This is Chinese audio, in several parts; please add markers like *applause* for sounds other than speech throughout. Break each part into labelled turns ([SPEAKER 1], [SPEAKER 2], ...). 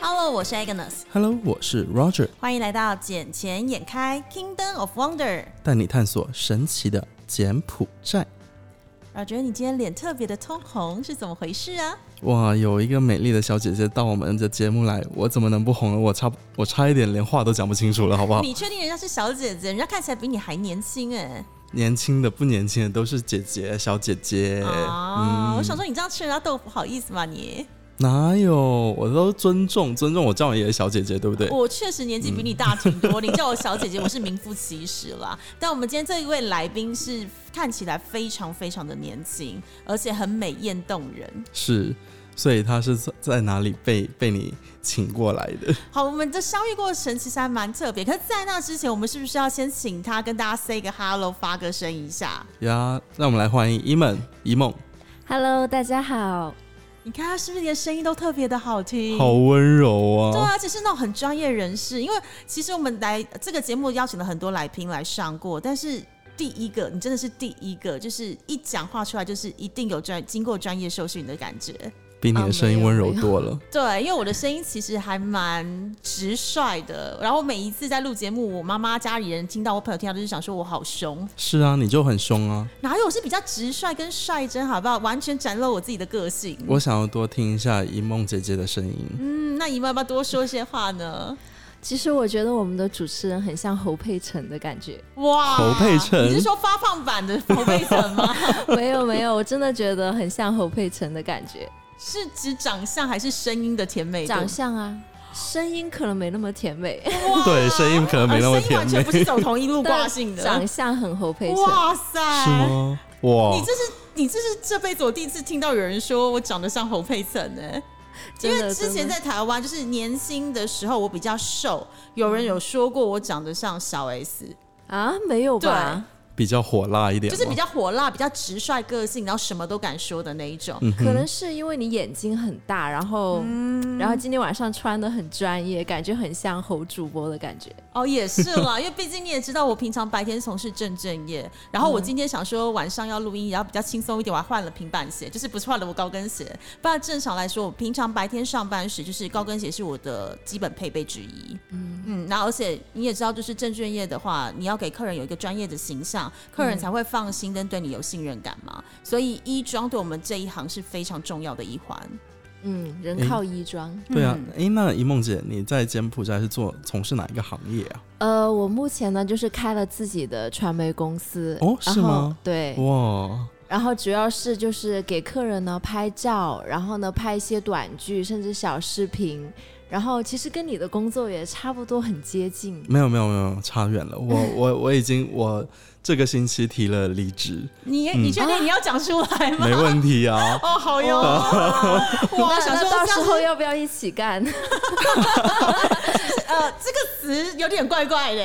[SPEAKER 1] Hello，我是 Agnes，
[SPEAKER 2] Hello，我是 Roger，
[SPEAKER 1] 欢迎来到《捡钱眼开 Kingdom of Wonder》。
[SPEAKER 2] 带你探索神奇的柬埔寨。
[SPEAKER 1] 啊，觉得你今天脸特别的通红，是怎么回事啊？
[SPEAKER 2] 哇，有一个美丽的小姐姐到我们的节目来，我怎么能不红呢？我差不我差一点连话都讲不清楚了，好不好？
[SPEAKER 1] 你确定人家是小姐姐？人家看起来比你还年轻哎、
[SPEAKER 2] 年轻的不年轻的都是姐姐，小姐姐。
[SPEAKER 1] 啊，我想说你这样吃人家豆腐好意思吗你？
[SPEAKER 2] 哪有？我都尊重尊重，我叫你也是小姐姐，对不对？
[SPEAKER 3] 哦
[SPEAKER 1] 我确实年纪比你大挺多，你叫我小姐姐，我是名副其实啦。但我们今天这一位来宾是看起来非常非常的年轻，而且很美艳动人。
[SPEAKER 2] 是，所以她是在在哪里被被你请过来的？
[SPEAKER 1] 好，我们的相遇过程其实还蛮特别，可是，在那之前，我们是不是要先请他跟大家 say 个 hello，发个声一下？
[SPEAKER 2] 呀，让我们来欢迎一梦一梦，
[SPEAKER 3] Hello，大家好。
[SPEAKER 1] 你看他是不是连声音都特别的好
[SPEAKER 3] 嗯
[SPEAKER 1] 啊听？
[SPEAKER 2] 好温柔
[SPEAKER 1] 对
[SPEAKER 2] 啊！
[SPEAKER 1] 啊，而且是那种很专业人士。因为其实我们来这个节目邀请了很多来宾来上过，但是第一个你真的是第一个，就是一讲话出来就是一定有专经过专业受训的感觉。
[SPEAKER 2] 比你的声音温柔
[SPEAKER 3] 啊没有
[SPEAKER 2] 多了。
[SPEAKER 1] 对，因为我的声音其实还蛮直率的，然后每一次在录节目，我妈妈家里人听到，我朋友听到，就是想说我好凶，
[SPEAKER 2] 是啊，你就很凶啊！
[SPEAKER 1] 哪有我是比较直率跟率真，好不好？完全展露我自己的个性。
[SPEAKER 2] 我想要多听一下一梦姐姐的声音。
[SPEAKER 1] 嗯，那姨妈要不要多说些话呢？
[SPEAKER 3] 其实我觉得我们的主持人很像侯佩岑的感觉，
[SPEAKER 1] 哇，
[SPEAKER 2] 侯佩岑
[SPEAKER 1] 你是说发胖版的侯佩岑吗？ *laughs*
[SPEAKER 3] 没有没有，我真的觉得很像侯佩岑的感觉，
[SPEAKER 1] 是指长相还是声音的甜美度？
[SPEAKER 3] 长相啊，声音可能没那么甜美，
[SPEAKER 1] 哇
[SPEAKER 2] 对，声音可能没那么
[SPEAKER 1] 啊声音
[SPEAKER 2] 甜
[SPEAKER 1] 完
[SPEAKER 2] 美
[SPEAKER 1] 全，不
[SPEAKER 2] *laughs*
[SPEAKER 1] 是走同一路挂
[SPEAKER 3] 但
[SPEAKER 1] 性的。
[SPEAKER 3] 长相很侯佩岑。
[SPEAKER 1] 哇塞，
[SPEAKER 2] 是吗？哇
[SPEAKER 1] 啊你，这是你这是这辈子我第一次听到有人说我长得像侯佩岑呢、因
[SPEAKER 3] 真的
[SPEAKER 1] 为之前在台湾就是年轻的时候我比较瘦，有人有说过我长得像小 S，
[SPEAKER 3] 啊，没有吧？
[SPEAKER 2] 比较火辣一点
[SPEAKER 1] 就
[SPEAKER 2] 吗，
[SPEAKER 1] 是比较火辣、比较直率个性，然后什么都敢说的那一
[SPEAKER 2] 嗯
[SPEAKER 1] 种。
[SPEAKER 3] 可能是因为你眼睛很大，然后、
[SPEAKER 1] 嗯
[SPEAKER 3] 然后今天晚上穿的很专业，感觉很像侯主播的感觉。
[SPEAKER 1] 哦，也是
[SPEAKER 2] *laughs*
[SPEAKER 1] 啦，因为毕竟你也知道，我平常白天从事证正业，然后我今天想说晚上要录音，也要比较轻松一点，我还换了平板鞋，就是不是换了我高跟鞋。不然正常来说，我平常白天上班时，就是高跟鞋是我的基本配备之一。嗯嗯，那而且你也知道，就是证券业的话，你要给客人有一个专业的形象，客人才会放心跟对你有信任感嘛。所以衣装对我们这一行是非常重要的一环。
[SPEAKER 3] 嗯，
[SPEAKER 2] 诶
[SPEAKER 3] 人靠衣装。
[SPEAKER 1] 嗯
[SPEAKER 2] 对啊。哎，那一梦姐，你在柬埔寨是做从事哪一个行业啊？
[SPEAKER 3] 呃，我目前呢就是开了自己的传媒公司。
[SPEAKER 2] 哦
[SPEAKER 3] 然
[SPEAKER 2] 是
[SPEAKER 3] 后
[SPEAKER 2] 吗
[SPEAKER 3] 对，
[SPEAKER 2] 哇，
[SPEAKER 3] 然后主要是就是给客人呢拍照，然后呢拍一些短剧，甚至小视频。然后其实跟你的工作也差不多，很接近。
[SPEAKER 2] 没有没有没有，差远
[SPEAKER 1] *laughs*
[SPEAKER 2] 了。我我我已经我这个星期提了
[SPEAKER 1] *laughs*
[SPEAKER 2] 离职，
[SPEAKER 1] 你你确定你要讲出来吗？。
[SPEAKER 2] 嗯没哦问题啊
[SPEAKER 1] 哦，好哟！
[SPEAKER 3] 那
[SPEAKER 1] 哇，想
[SPEAKER 3] 那
[SPEAKER 1] 说
[SPEAKER 3] 到
[SPEAKER 1] 这样
[SPEAKER 3] 时候要不要一起 *laughs* 干？
[SPEAKER 1] 呃，这个词有点怪怪的，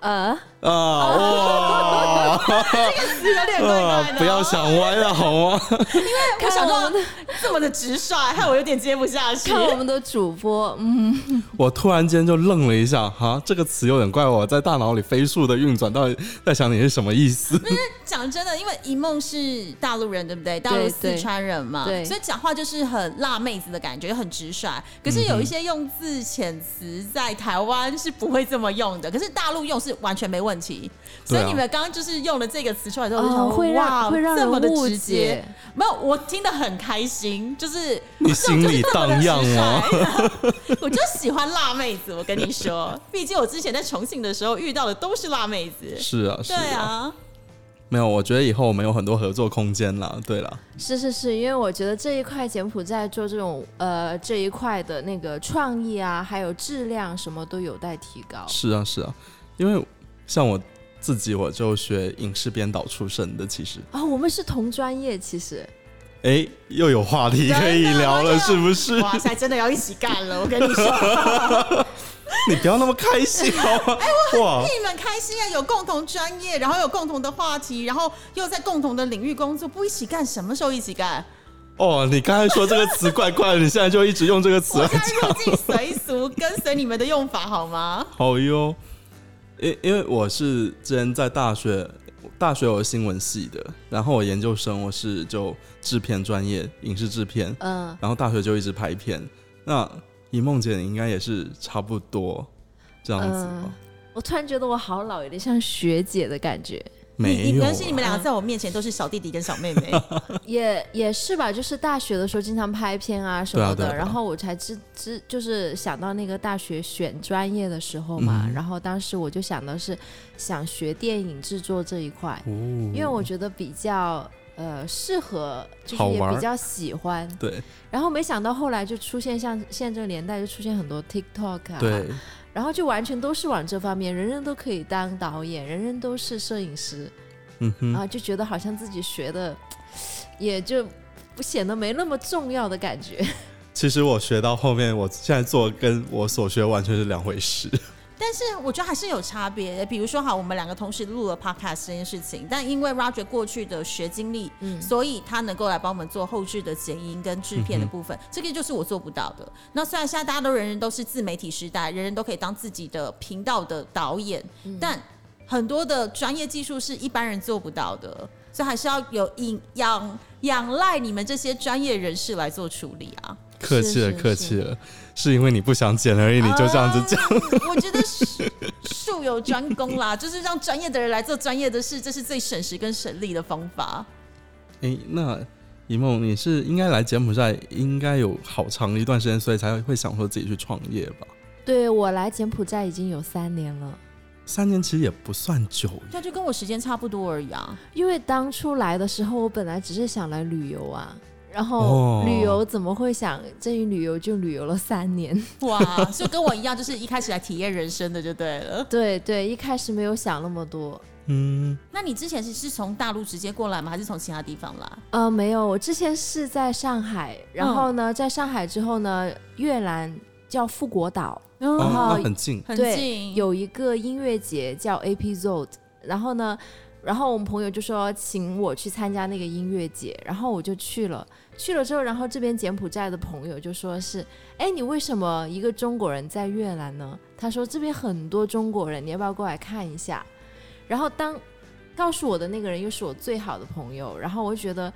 [SPEAKER 3] 呃，
[SPEAKER 2] 啊
[SPEAKER 1] *laughs*
[SPEAKER 2] 哇，
[SPEAKER 1] 哦有点怪怪
[SPEAKER 2] 啊
[SPEAKER 1] 的。哦
[SPEAKER 2] 不要，想歪了好吗？
[SPEAKER 1] 我想
[SPEAKER 3] 看
[SPEAKER 1] 到
[SPEAKER 3] 我们的
[SPEAKER 1] 这么的直率，害我有点接不下去
[SPEAKER 3] 看。我们的主播，嗯，
[SPEAKER 2] 我突然间就愣了一下，哈，这个词有点怪，我在大脑里飞速的运转，到底在想你是什么意思？
[SPEAKER 1] 讲真的，因为一梦是大陆人，对不对？大陆四川人嘛，
[SPEAKER 3] 对对
[SPEAKER 1] 所以讲话就是很辣妹子的感觉，很直率。可
[SPEAKER 2] 嗯
[SPEAKER 1] 是有一些用字遣词在台湾是不会这么用的，可是大陆用是完全没问题。所
[SPEAKER 2] 对啊
[SPEAKER 1] 以你们刚刚就是用了这个词出来之后，我就想
[SPEAKER 3] 哦，
[SPEAKER 1] 说
[SPEAKER 3] 会
[SPEAKER 1] 哇
[SPEAKER 3] 让会让
[SPEAKER 1] 这
[SPEAKER 3] 人
[SPEAKER 1] 么的
[SPEAKER 3] 误
[SPEAKER 1] 直接
[SPEAKER 3] 解。。
[SPEAKER 1] 没有，我听得很开心，就是
[SPEAKER 2] 你心里荡
[SPEAKER 1] *laughs*
[SPEAKER 2] 漾哦吗？
[SPEAKER 1] 我就喜欢辣妹子，我跟你
[SPEAKER 2] *laughs*
[SPEAKER 1] 说，毕竟我之前在重庆的时候遇到的都是辣妹子。
[SPEAKER 2] 是啊，是
[SPEAKER 1] 对啊，
[SPEAKER 2] 没有，我觉得以后我们有很多合作空间啦。对啦，
[SPEAKER 3] 是是是，因为我觉得这一块柬埔寨做这种呃这一块的那个创意啊，还有质量什么都有待提高。
[SPEAKER 2] 是啊，是啊，因为像我自己，我就学影视编导出身的，其实，
[SPEAKER 3] 啊、我们是同专业，其实。
[SPEAKER 2] 哎，又有话题可以聊了，是不是？
[SPEAKER 1] *laughs* 哇塞，真的要一起干了，我跟你说，
[SPEAKER 2] *laughs* 你不要那么开心好吗？
[SPEAKER 1] *laughs* 哎
[SPEAKER 2] 哇，
[SPEAKER 1] 你们开心啊，有共同专业，然后有共同的话题，然后又在共同的领域工作，不一起干，什么时候一起
[SPEAKER 2] *laughs*
[SPEAKER 1] 干？
[SPEAKER 2] 哦，你刚才说这个词怪怪的，你现在就一直用这个
[SPEAKER 1] *laughs*
[SPEAKER 2] 词
[SPEAKER 1] 我
[SPEAKER 2] 来
[SPEAKER 1] 现
[SPEAKER 2] 讲
[SPEAKER 1] 在。入境随俗，跟随你们的用法好吗？
[SPEAKER 2] 好哟，因因为我是之前在大学，大学我是新闻系的，然后我研究生我是就制片专业，影视制片，
[SPEAKER 3] 嗯
[SPEAKER 2] 然后大学就一直拍片。那以梦姐你应该也是差不多这样子吧？
[SPEAKER 3] 嗯我突然觉得我好老，有点像学姐的
[SPEAKER 2] *laughs*
[SPEAKER 3] 感觉，
[SPEAKER 1] 你
[SPEAKER 2] 没
[SPEAKER 1] 你
[SPEAKER 2] 有、
[SPEAKER 1] 但是你们
[SPEAKER 2] 啊，
[SPEAKER 1] 两个在我面前都是小弟弟跟小妹妹，
[SPEAKER 3] 也也是吧。就是大学的时候经常拍片啊什么
[SPEAKER 2] 对
[SPEAKER 3] 的，
[SPEAKER 2] 啊对啊
[SPEAKER 3] 然后我才知知就是想到那个大学选专业的时候嘛，
[SPEAKER 2] 嗯
[SPEAKER 3] 然后当时我就想的是想学电影制作这一块，
[SPEAKER 2] 哦
[SPEAKER 3] 因为我觉得比较呃适合，就是
[SPEAKER 2] 好
[SPEAKER 3] 也
[SPEAKER 2] 玩
[SPEAKER 3] 比
[SPEAKER 2] 儿
[SPEAKER 3] 较喜欢。
[SPEAKER 2] 对
[SPEAKER 3] 然后没想到后来就出现像现在这个年代就出现很多 TikTok 啊，
[SPEAKER 2] 对，
[SPEAKER 3] 然后就完全都是往这方面，人人都可以当导演，人人都是摄影师，
[SPEAKER 2] 嗯哼，
[SPEAKER 3] 然后就觉得好像自己学的也就不显得没那么重要的感觉。 *laughs*
[SPEAKER 2] 其实我学到后面，我现在做跟我所学完全是两回事。
[SPEAKER 1] 但是我觉得还是有差别。比如说，好，我们两个同时录了 podcast 这件事情，但因为 Roger 过去的学经历，
[SPEAKER 3] 嗯
[SPEAKER 1] 所以他能够来帮我们做后置的剪音跟制片的部分，这个就是我做不到的。那虽然现在大家都人人都是自媒体时代，人人都可以当自己的频道的导演，但很多的专业技术是一般人做不到的，所以还是要有引仰仰赖你们这些专业人士来做处理啊。
[SPEAKER 2] 客气了，
[SPEAKER 3] 是
[SPEAKER 2] 客气了，是因为你不想剪而已，你就这样子讲。
[SPEAKER 1] *laughs* 我觉得术术有专攻啦，就是让专业的人来做专业的事，这是最省时跟省力的方法。
[SPEAKER 2] 诶，那一梦，你是应该来柬埔寨应该有好长一段时间，所以才会想说自己去创业吧？
[SPEAKER 3] 对我来柬埔寨已经有三年了，
[SPEAKER 2] 三年其实也不算久，
[SPEAKER 1] 那啊就跟我时间差不多而已啊。
[SPEAKER 3] 因为当初来的时候，我本来只是想来旅游啊。然
[SPEAKER 2] 哦
[SPEAKER 3] 后旅游怎么会想这一旅游就旅游了三年？ *laughs*
[SPEAKER 1] 哇，就跟我一样，就是一开始来体验人生的就对了。
[SPEAKER 3] 对对，一开始没有想那么多，
[SPEAKER 2] 嗯，
[SPEAKER 1] 那你之前是是从大陆直接过来吗？还是从其他地方来？
[SPEAKER 3] 呃，没有，我之前是在上海，然后呢，在上海之后呢，越南叫富国岛，
[SPEAKER 2] 哦，
[SPEAKER 1] 嗯，
[SPEAKER 2] 那很近，
[SPEAKER 1] 很
[SPEAKER 3] 对
[SPEAKER 1] 近，
[SPEAKER 3] 有一个音乐节叫 AP Zod，然后呢，然后我们朋友就说请我去参加那个音乐节，然后我就去了。去了之后，然后这边柬埔寨的朋友就说是，哎，你为什么一个中国人在越南呢？他说这边很多中国人，你要不要过来看一下？然后当告诉我的那个人又是我最好的朋友，然后我就觉得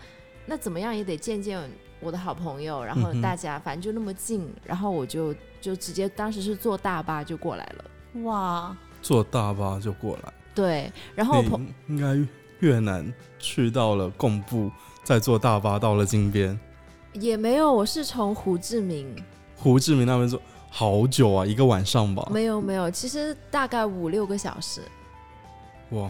[SPEAKER 3] 那怎么样也得见见我的好朋友，然后
[SPEAKER 2] 嗯哼
[SPEAKER 3] 大家、反正就那么近，然后我就就直接当时是坐大巴就过来了。
[SPEAKER 1] 哇，
[SPEAKER 2] 坐大巴就过来。
[SPEAKER 3] 对，然后我朋
[SPEAKER 2] 你应该越南去到了贡布，再坐大巴到了金边，
[SPEAKER 3] 也没有，我是从胡志明，
[SPEAKER 2] 胡志明那边坐好久啊，一个晚上吧。
[SPEAKER 3] 没有没有，其实大概五六个小时。
[SPEAKER 2] 哇，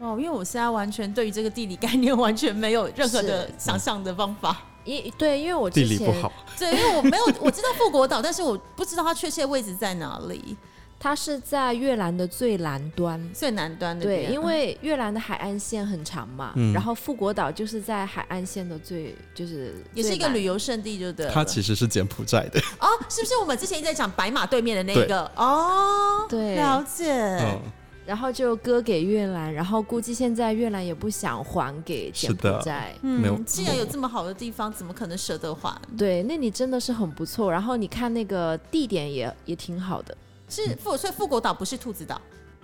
[SPEAKER 1] 哇！因为我现在完全对于这个地理概念完全没有任何的想象的方法。
[SPEAKER 3] 因对，因为我
[SPEAKER 2] 地
[SPEAKER 3] 之
[SPEAKER 2] 理不
[SPEAKER 3] 前
[SPEAKER 2] 好，
[SPEAKER 1] 对，因为我没有我知道富国岛，但是我不知道它确切位置在哪里，
[SPEAKER 3] 它是在越南的最南端，
[SPEAKER 1] 最南端那
[SPEAKER 3] 对，
[SPEAKER 1] 边。
[SPEAKER 3] 因为越南的海岸线很长嘛，
[SPEAKER 2] 嗯
[SPEAKER 3] 然后富国岛就是在海岸线的最就是
[SPEAKER 1] 也是一个
[SPEAKER 3] 最南
[SPEAKER 1] 旅游胜地，就对了。
[SPEAKER 2] 它其实是柬埔寨的。
[SPEAKER 1] 哦，是不是我们之前一直在讲白马对面的那一个？哦，
[SPEAKER 3] 对，
[SPEAKER 1] 了解。
[SPEAKER 2] 嗯，
[SPEAKER 3] 然后就割给越南，然后估计现在越南也不想还给柬埔
[SPEAKER 2] 是的
[SPEAKER 3] 寨。
[SPEAKER 2] 没有
[SPEAKER 1] 嗯，既然有这么好的地方，怎么可能舍得还？
[SPEAKER 3] 对，那里真的是很不错。然后你看那个地点也也挺好的，
[SPEAKER 1] 是
[SPEAKER 2] 嗯
[SPEAKER 1] 富，所以富国岛不是兔子岛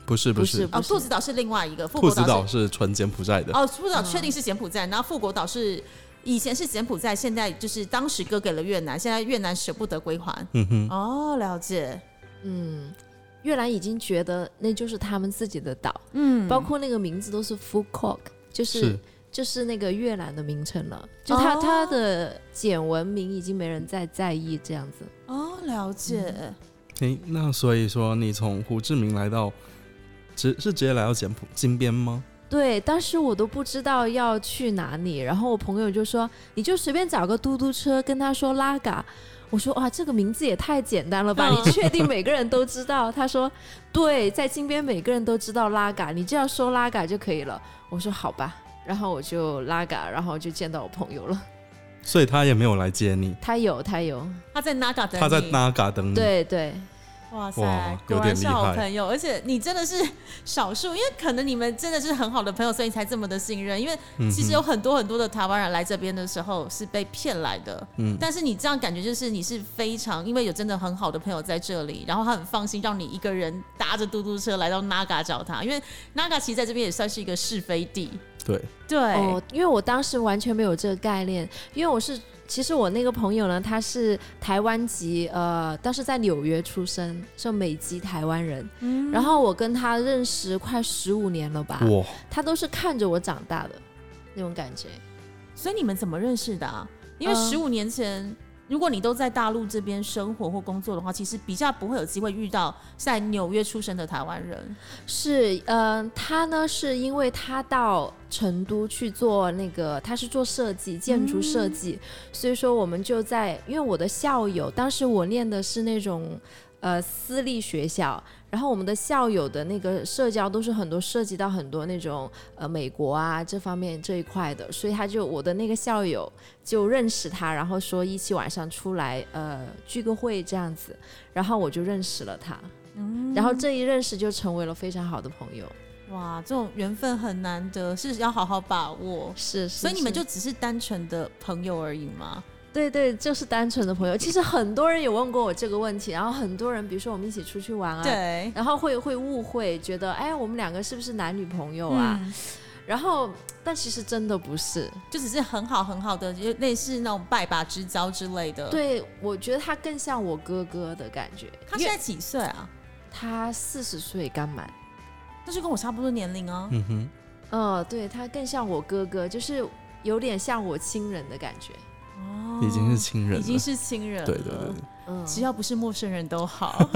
[SPEAKER 2] 不是
[SPEAKER 3] 不
[SPEAKER 2] 是
[SPEAKER 3] 是，
[SPEAKER 1] 哦，
[SPEAKER 3] 不
[SPEAKER 1] 兔子岛是另外一个，富
[SPEAKER 2] 兔
[SPEAKER 1] 国
[SPEAKER 2] 子岛
[SPEAKER 1] 岛是
[SPEAKER 2] 是纯柬埔寨的。
[SPEAKER 1] 哦，兔子岛确定是柬埔寨，然后富国岛是以前是柬埔寨，现在就是当时割给了越南，现在越南舍不得归还。
[SPEAKER 2] 嗯哼，
[SPEAKER 1] 哦，了解。
[SPEAKER 3] 嗯，越南已经觉得那就是他们自己的岛，
[SPEAKER 1] 嗯，
[SPEAKER 3] 包括那个名字都是 f u k o k 就是
[SPEAKER 2] 是
[SPEAKER 3] 就是那个越南的名称了，就它、
[SPEAKER 1] 哦
[SPEAKER 3] 它的简文名已经没人再在意这样子。
[SPEAKER 1] 哦，了
[SPEAKER 3] 嗯
[SPEAKER 1] 解。
[SPEAKER 2] 诶，那所以说你从胡志明来到，直是直接来到柬埔金边吗？
[SPEAKER 3] 对，当时我都不知道要去哪里，然后我朋友就说你就随便找个嘟嘟车，跟他说拉嘎。我说哇，这个名字也太简单了吧？
[SPEAKER 1] 嗯
[SPEAKER 3] 你确定每个人都知道？他说对，在金边每个人都知道拉嘎，你就要说拉嘎就可以了。我说好吧，然后我就拉嘎，然后就见到我朋友了。
[SPEAKER 2] 所以他也没有来接你，
[SPEAKER 3] 他有，他有，
[SPEAKER 1] 他在 Naga 等你。
[SPEAKER 2] 他在那嘎等你。
[SPEAKER 3] 对对，
[SPEAKER 1] 哇塞
[SPEAKER 2] 哇，
[SPEAKER 1] 果
[SPEAKER 2] 有
[SPEAKER 1] 然
[SPEAKER 2] 点
[SPEAKER 1] 是
[SPEAKER 2] 厉
[SPEAKER 1] 好
[SPEAKER 2] 害
[SPEAKER 1] 朋友，而且你真的是少数，因为可能你们真的是很好的朋友，所以你才这么的信任。因为
[SPEAKER 2] 嗯哼，
[SPEAKER 1] 其实有很多很多的台湾人来这边的时候是被骗来的，
[SPEAKER 2] 嗯，
[SPEAKER 1] 但是你这样感觉就是你是非常，因为有真的很好的朋友在这里，然后他很放心让你一个人搭着嘟嘟车来到 Naga 找他，因为 Naga 其实在这边也算是一个是非地，
[SPEAKER 2] 对，
[SPEAKER 1] 对，
[SPEAKER 3] 哦哦，因为我当时完全没有这个概念，因为我是其实我那个朋友呢，他是台湾籍，呃，但是在纽约出生，是美籍台湾人。然后我跟他认识快十五年了吧，
[SPEAKER 2] 哇，
[SPEAKER 3] 他都是看着我长大的那种感觉。
[SPEAKER 1] 所以你们怎么认识的啊？因为
[SPEAKER 3] 嗯
[SPEAKER 1] 十五年前，如果你都在大陆这边生活或工作的话，其实比较不会有机会遇到在纽约出生的台湾人。
[SPEAKER 3] 是，嗯、他呢是因为他到成都去做那个，他是做设计，建筑设计，所以说我们就在，因为我的校友，当时我念的是那种呃私立学校，然后我们的校友的那个社交都是很多涉及到很多那种呃美国啊这方面这一块的，所以他就我的那个校友就认识他，然后说一起晚上出来呃聚个会这样子，然后我就认识了他。然
[SPEAKER 1] 嗯
[SPEAKER 3] 后这一认识就成为了非常好的朋友。
[SPEAKER 1] 哇，这种缘分很难得，是要好好把握。
[SPEAKER 3] 是，
[SPEAKER 1] 哦所以你们就只是单纯的朋友而已吗？
[SPEAKER 3] 对对，就是单纯的朋友。其实很多人也问过我这个问题，然后很多人，比如说我们一起出去玩啊，
[SPEAKER 1] 对，
[SPEAKER 3] 然后会会误会，觉得哎，我们两个是不是男女朋友啊？
[SPEAKER 1] 嗯，
[SPEAKER 3] 然后，但其实真的不是。
[SPEAKER 1] 就只是很好很好的，就类似那种拜把之交之类的。，
[SPEAKER 3] 对，我觉得他更像我哥哥的感觉。
[SPEAKER 1] 他
[SPEAKER 3] 因
[SPEAKER 1] 现
[SPEAKER 3] 为
[SPEAKER 1] 在几岁啊？
[SPEAKER 3] 他四十岁刚满。
[SPEAKER 1] 那就跟我差不多年龄啊。
[SPEAKER 2] 嗯哼，
[SPEAKER 3] 嗯，对他更像我哥哥，就是有点像我亲人的感觉。
[SPEAKER 1] 哦
[SPEAKER 2] 嗯已经是亲人了，
[SPEAKER 1] 已经是哦亲人了，
[SPEAKER 2] 对对对，对
[SPEAKER 3] 嗯，
[SPEAKER 1] 只要不是陌生人都好。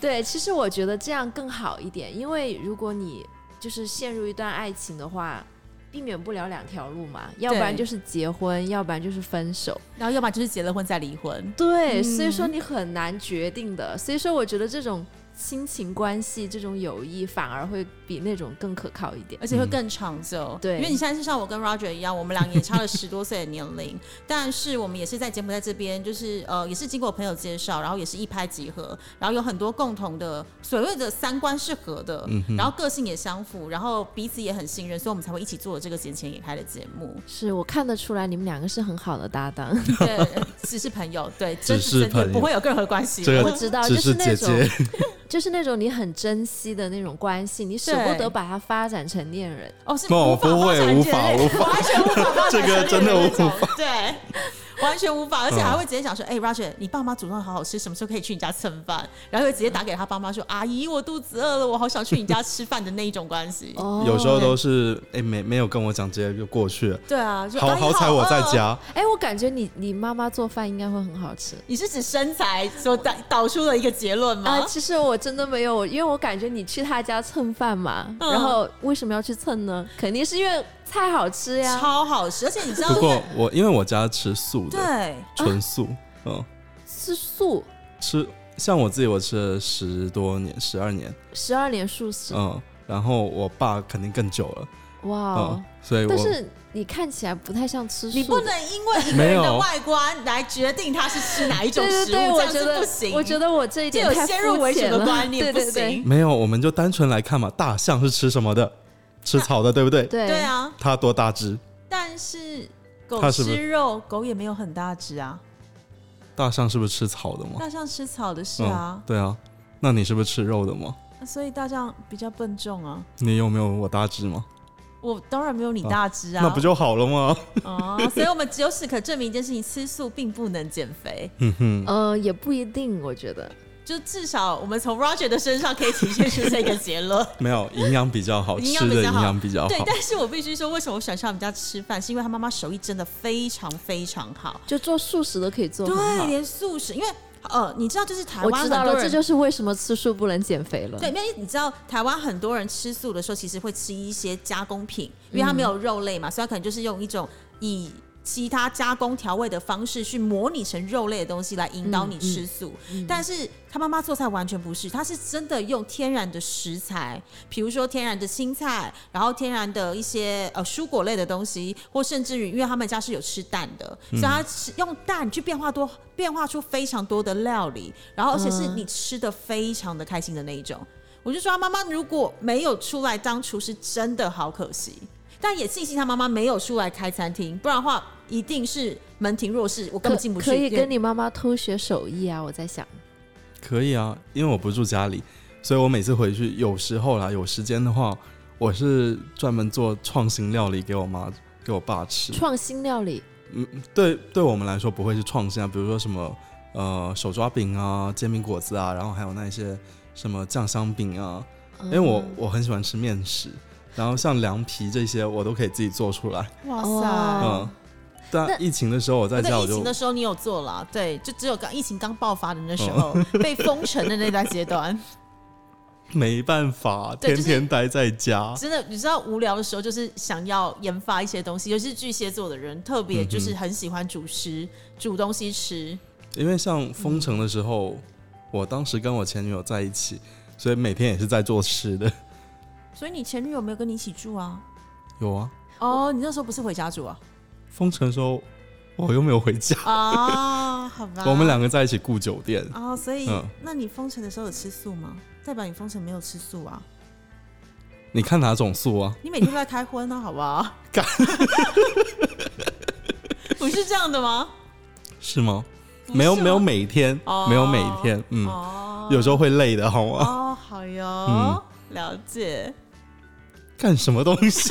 [SPEAKER 3] 对，其实我觉得这样更好一点，因为如果你就是陷入一段爱情的话，避免不了两条路嘛，要不然
[SPEAKER 1] 对
[SPEAKER 3] 就是结婚，要不然就是分手。
[SPEAKER 1] 然后要不然就是结了婚再离婚。
[SPEAKER 3] 对，所以说你很难决定的。所以说，我觉得这种亲情关系、这种友谊反而会比那种更可靠一点。
[SPEAKER 1] 而且
[SPEAKER 2] 嗯
[SPEAKER 1] 会更长久。
[SPEAKER 3] 对
[SPEAKER 1] 因为你现在是像我跟 Roger 一样，我们俩也差了十多岁的年龄， *laughs* 但是我们也是在柬埔寨这边，就是呃，也是经过朋友介绍，然后也是一拍即合，然后有很多共同的所谓的三观是合的，
[SPEAKER 2] 嗯
[SPEAKER 1] 然后个性也相符，然后彼此也很信任，所以我们才会一起做这个闲钱也开的节
[SPEAKER 2] *laughs*
[SPEAKER 1] 目。
[SPEAKER 3] 是我看得出来，你们两个是很好的搭 *laughs* 档。
[SPEAKER 1] 对，只是朋友，对，
[SPEAKER 2] 只
[SPEAKER 1] 就是真的
[SPEAKER 2] 朋友
[SPEAKER 1] 不会有任何关系。
[SPEAKER 2] 这
[SPEAKER 3] 我
[SPEAKER 2] 个
[SPEAKER 3] 知道，
[SPEAKER 2] 只
[SPEAKER 3] 就是那
[SPEAKER 2] 姐
[SPEAKER 3] 种，
[SPEAKER 2] 姐，
[SPEAKER 3] 就是那种你很珍惜的那种关系，你舍不
[SPEAKER 1] 对
[SPEAKER 3] 得把它发展成恋人。
[SPEAKER 1] 哦，是 *laughs*
[SPEAKER 2] 哦
[SPEAKER 1] 无法
[SPEAKER 2] 不会
[SPEAKER 1] 发展
[SPEAKER 2] 无
[SPEAKER 1] 之
[SPEAKER 2] 法
[SPEAKER 1] 类
[SPEAKER 2] 无法
[SPEAKER 1] *laughs* 完全无法发展
[SPEAKER 2] 这个
[SPEAKER 1] 之类
[SPEAKER 2] 真的
[SPEAKER 1] 那
[SPEAKER 2] 无
[SPEAKER 1] 种对。完全无法，而且还会直接讲说：“哎、r o g e r 你爸妈煮饭好好吃，什么时候可以去你家蹭饭？”然后又直接打给他爸妈说：“阿姨，我肚子饿了，我好想去你家吃饭的那一种关系。
[SPEAKER 3] 哦
[SPEAKER 2] 有时候都是哎没没有跟我讲，直接就过去了。
[SPEAKER 1] 对啊，就
[SPEAKER 2] 好
[SPEAKER 1] 阿姨好
[SPEAKER 2] 彩我在
[SPEAKER 1] 饿
[SPEAKER 2] 家，
[SPEAKER 3] 哎，我感觉你你妈妈做饭应该会很好吃。
[SPEAKER 1] 你是指身材所导导出了一个结论
[SPEAKER 3] 啊、
[SPEAKER 1] 吗？
[SPEAKER 3] 其实我真的没有，因为我感觉你去他家蹭饭嘛，
[SPEAKER 1] 嗯
[SPEAKER 3] 然后为什么要去蹭呢？肯定是因为菜好吃呀。
[SPEAKER 1] 超好吃，而且你知道
[SPEAKER 2] 不，过我因为我家吃素的，
[SPEAKER 1] 对，
[SPEAKER 2] 纯素，嗯，
[SPEAKER 3] 吃素，
[SPEAKER 2] 吃像我自己我吃了十多年，十二年，
[SPEAKER 3] 十二年素食，
[SPEAKER 2] 嗯，然后我爸肯定更久了，
[SPEAKER 3] 哇、哦
[SPEAKER 2] 嗯，所以我
[SPEAKER 3] 但是你看起来不太像吃素的。
[SPEAKER 1] 你不能因为一个
[SPEAKER 2] 没
[SPEAKER 1] 人的
[SPEAKER 2] 有
[SPEAKER 1] 外观来决定他是吃哪一种
[SPEAKER 3] 对
[SPEAKER 1] 食物，
[SPEAKER 3] 对对，
[SPEAKER 1] 这
[SPEAKER 3] 我
[SPEAKER 1] 样
[SPEAKER 3] 觉
[SPEAKER 1] 是
[SPEAKER 3] 得
[SPEAKER 1] 不行。
[SPEAKER 3] 我觉得我这一
[SPEAKER 1] 这
[SPEAKER 3] 点
[SPEAKER 1] 有
[SPEAKER 3] 太
[SPEAKER 1] 先入为
[SPEAKER 3] 肤
[SPEAKER 1] 主
[SPEAKER 3] 浅
[SPEAKER 1] 的
[SPEAKER 3] 了
[SPEAKER 1] 观念，
[SPEAKER 3] 对对
[SPEAKER 1] 不行
[SPEAKER 3] 对。
[SPEAKER 2] 没有，我们就单纯来看嘛，大象是吃什么的？吃草的，对不对？
[SPEAKER 3] 对
[SPEAKER 1] 对，啊，
[SPEAKER 2] 它多大只？
[SPEAKER 1] 但是狗
[SPEAKER 2] 它是不是
[SPEAKER 1] 吃肉，狗也没有很大只啊。
[SPEAKER 2] 大象是不是吃草的吗？
[SPEAKER 1] 大象吃草的是啊
[SPEAKER 2] 嗯，，对啊。那你是不是吃肉的吗？
[SPEAKER 1] 所以大象比较笨重啊。
[SPEAKER 2] 你有没有我大只吗？
[SPEAKER 1] 我当然没有你大只啊，
[SPEAKER 2] 嗯那不就好了吗？ *laughs*
[SPEAKER 1] 哦？所以我们由此可证明一件事情：吃素并不能减肥。
[SPEAKER 2] 嗯
[SPEAKER 3] 呃，也不一定，我觉得。
[SPEAKER 1] 就至少我们从 Roger 的身上可以体现出这个结
[SPEAKER 2] *laughs*
[SPEAKER 1] 论。
[SPEAKER 2] 没有，营养比较好，
[SPEAKER 1] 营养
[SPEAKER 2] 吃
[SPEAKER 1] 比
[SPEAKER 2] 的
[SPEAKER 1] 较
[SPEAKER 2] 营
[SPEAKER 1] 好
[SPEAKER 2] 养比较
[SPEAKER 1] 对
[SPEAKER 2] 哦好，。
[SPEAKER 1] 但是我必须说，为什么我喜欢上我们家吃饭，是因为他妈妈手艺真的非常非常好。
[SPEAKER 3] 就做素食的可以做很
[SPEAKER 1] 对，
[SPEAKER 3] 好，
[SPEAKER 1] 连素食，因为呃，你知道，就是台
[SPEAKER 3] 我
[SPEAKER 1] 湾
[SPEAKER 3] 知
[SPEAKER 1] 很
[SPEAKER 3] 道
[SPEAKER 1] 多
[SPEAKER 3] 了，这
[SPEAKER 1] 人
[SPEAKER 3] 就是为什么吃素不能减肥了。
[SPEAKER 1] 对，因为你知道台湾很多人吃素的时候，其实会吃一些加工品，因为它没有肉类嘛，所以它可能就是用一种以其他加工调味的方式去模拟成肉类的东西来引导你吃素。但是他妈妈做菜完全不是，她是真的用天然的食材，比如说天然的青菜，然后天然的一些呃蔬果类的东西，或甚至于因为他们家是有吃蛋的，
[SPEAKER 3] 嗯
[SPEAKER 1] 所以他吃用蛋去变化多变化出非常多的料理，然后而且是
[SPEAKER 3] 嗯
[SPEAKER 1] 你吃的非常的开心的那一种。我就说他妈妈如果没有出来当厨师，真的好可惜。但也庆幸他妈妈没有出来开餐厅，不然的话一定是门庭若市，我根
[SPEAKER 3] 可
[SPEAKER 1] 本进不去。
[SPEAKER 3] 可以跟
[SPEAKER 1] 你
[SPEAKER 3] 你妈妈偷学手艺啊！我在想，
[SPEAKER 2] 可以啊，因为我不住家里，所以我每次回去，有时候啦，有时间的话，我是专门做创新料理给我妈、给我爸吃。
[SPEAKER 3] 创新料理
[SPEAKER 2] 对，对我们来说不会是创新啊，比如说什么呃手抓饼啊、煎饼果子啊，然后还有那一些什么酱香饼啊，
[SPEAKER 1] 嗯
[SPEAKER 2] 因为我我很喜欢吃面食，然后像凉皮这些我都可以自己做出来，
[SPEAKER 1] 哇
[SPEAKER 3] 哦
[SPEAKER 1] 塞！
[SPEAKER 2] 嗯。但疫情的时候我在家
[SPEAKER 1] 那
[SPEAKER 2] 我
[SPEAKER 1] 疫
[SPEAKER 2] 就
[SPEAKER 1] 情的时候你有做了，对，就只有刚疫情刚爆发的那时
[SPEAKER 2] *laughs*
[SPEAKER 1] 候，
[SPEAKER 2] 哦
[SPEAKER 1] *laughs* 被封城的那段阶段，
[SPEAKER 2] 没办法，
[SPEAKER 1] 对
[SPEAKER 2] 天
[SPEAKER 1] 就是
[SPEAKER 2] 天待在家。
[SPEAKER 1] 真的，你知道无聊的时候就是想要研发一些东西，尤其是巨蟹座的人，特别
[SPEAKER 2] 嗯
[SPEAKER 1] 就是很喜欢煮食、煮东西吃。
[SPEAKER 2] 因为像封城的时候，我当时跟我前女友在一起，所以每天也是在做吃的。
[SPEAKER 1] 所以你前女友没有跟你一起住啊？
[SPEAKER 2] 有啊，
[SPEAKER 1] 哦，你那时候不是回家住啊？
[SPEAKER 2] 封城的时候我又没有回家，
[SPEAKER 1] *laughs* 啊，好吧。
[SPEAKER 2] 我们两个在一起顾酒店。
[SPEAKER 1] 哦，所以、
[SPEAKER 2] 嗯
[SPEAKER 1] 那你封城的时候有吃素吗？代表你封城没有吃素啊？
[SPEAKER 2] 你看哪种素啊？
[SPEAKER 1] 你每天都在开荤呢、好不好？
[SPEAKER 2] 干 *laughs*
[SPEAKER 1] 不是这样的吗？
[SPEAKER 2] 是吗？
[SPEAKER 1] 不是
[SPEAKER 2] 没有没有
[SPEAKER 1] 吗
[SPEAKER 2] 每天，
[SPEAKER 1] 哦
[SPEAKER 2] 没有每天，嗯，
[SPEAKER 1] 哦
[SPEAKER 2] 有时候会累的，好吗？ *laughs*
[SPEAKER 1] 哦，好哟，
[SPEAKER 2] 嗯
[SPEAKER 1] 了解。
[SPEAKER 2] 干什么东
[SPEAKER 1] *laughs*
[SPEAKER 2] 西？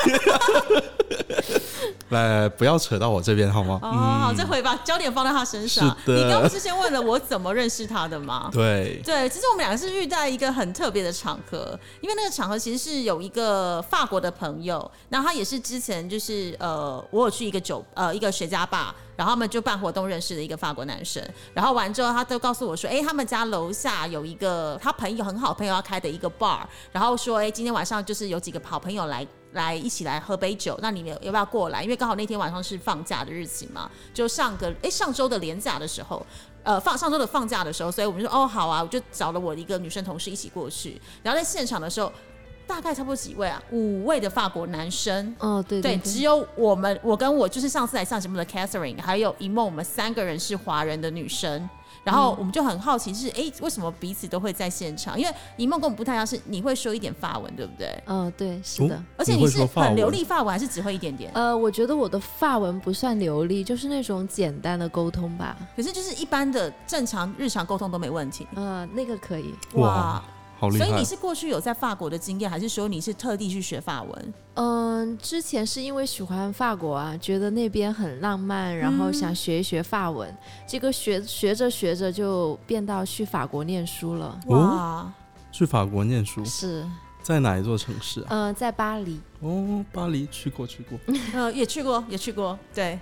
[SPEAKER 2] 来来，来不要扯到我这边好吗？
[SPEAKER 1] 哦，好这回把焦点放在他身上。
[SPEAKER 2] 嗯是的
[SPEAKER 1] 你刚不是先问了我怎么认识他的吗？
[SPEAKER 2] 对，
[SPEAKER 1] 对，其实我们两个是遇到一个很特别的场合，因为那个场合其实是有一个法国的朋友，那他也是之前就是呃，我有去一个酒呃一个雪茄吧，然后他们就办活动认识的一个法国男生，然后完之后他都告诉我说，哎、他们家楼下有一个他朋友很好朋友要开的一个 bar，然后说，哎、今天晚上就是有几个好朋友来。来一起来喝杯酒，那你们要不要过来？因为刚好那天晚上是放假的日期嘛，就上个哎上周的连假的时候，呃放上周的放假的时候，所以我们就说哦好啊，我就找了我的一个女生同事一起过去。然后在现场的时候，大概差不多几位啊，五位的法国男生。
[SPEAKER 3] 哦，对
[SPEAKER 1] 对，
[SPEAKER 3] 对
[SPEAKER 1] 只有我们，我跟我就是上次来上节目的 Catherine，还有一梦，我们三个人是华人的女生。然
[SPEAKER 3] 嗯
[SPEAKER 1] 后我们就很好奇是，哎，为什么彼此都会在现场？因为一梦跟我们不太一样，是你会说一点法文，对不对？
[SPEAKER 3] 嗯、对，是的。
[SPEAKER 2] 哦
[SPEAKER 1] 而且
[SPEAKER 2] 你会
[SPEAKER 1] 是
[SPEAKER 2] 说法
[SPEAKER 1] 很流
[SPEAKER 2] 文
[SPEAKER 1] 利法文，还是只会一点点？
[SPEAKER 3] 呃，我觉得我的法文不算流利，就是那种简单的沟通吧。
[SPEAKER 1] 可是就是一般的正常日常沟通都没问题。
[SPEAKER 3] 呃，那个可以。
[SPEAKER 2] 哇，好厉
[SPEAKER 1] 所以
[SPEAKER 2] 害
[SPEAKER 1] 你！是过去有在法国的经验，还是说你是特地去学法文？
[SPEAKER 3] 嗯、之前是因为喜欢法国啊，觉得那边很浪漫，然后想学一学法文。这个学学着学着就变到去法国念书了。
[SPEAKER 2] 哦
[SPEAKER 1] 哇，
[SPEAKER 2] 去法国念书，
[SPEAKER 3] 是，
[SPEAKER 2] 在哪一座城市啊？
[SPEAKER 3] 呃，在巴黎，
[SPEAKER 2] 哦，巴黎去过去过，
[SPEAKER 1] 呃，也去过，也去过。对，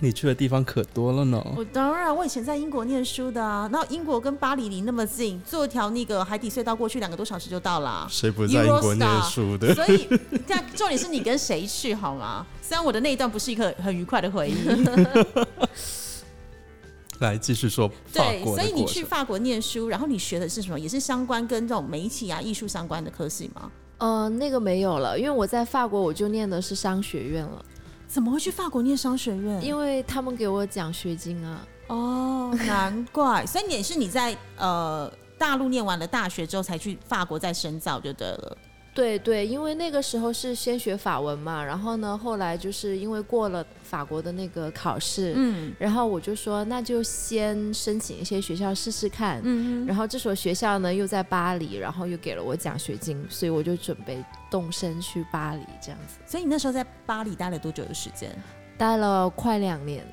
[SPEAKER 2] 你去的地方可多了呢。
[SPEAKER 1] 我当然，我以前在英国念书的啊。那英国跟巴黎离那么近，坐一条那个海底隧道过去，两个多小时就到
[SPEAKER 2] *laughs*
[SPEAKER 1] 啦。
[SPEAKER 2] 谁不在英国念书的？
[SPEAKER 1] 所以，但重点是你跟谁去好吗？虽然我的那一段不是一个很愉快的
[SPEAKER 2] *laughs*
[SPEAKER 1] 回忆，
[SPEAKER 2] 来继续说法
[SPEAKER 1] 对，
[SPEAKER 2] 国
[SPEAKER 1] 所
[SPEAKER 2] 的
[SPEAKER 1] 以你
[SPEAKER 2] 过
[SPEAKER 1] 去
[SPEAKER 2] 程。
[SPEAKER 1] 法国念书，然后你学的是什么？也是相关跟这种媒体啊、艺术相关的科系吗？
[SPEAKER 3] 呃，那个没有了，因为我在法国我就念的是商学院了，
[SPEAKER 1] 怎么会去法国念商学院？
[SPEAKER 3] 因为他们给我奖学金啊。
[SPEAKER 1] 哦，难怪。所以你也是你在呃大陆念完了大学之后才去法国再深造就对了。
[SPEAKER 3] 对对，因为那个时候是先学法文嘛，然后呢，后来就是因为过了法国的那个考试，
[SPEAKER 1] 嗯
[SPEAKER 3] 然后我就说那就先申请一些学校试试看。
[SPEAKER 1] 嗯
[SPEAKER 3] 然后这所学校呢又在巴黎，然后又给了我奖学金，所以我就准备动身去巴黎这样子，
[SPEAKER 1] 所以你那时候在巴黎待了多久的时间？
[SPEAKER 3] 待了快两年。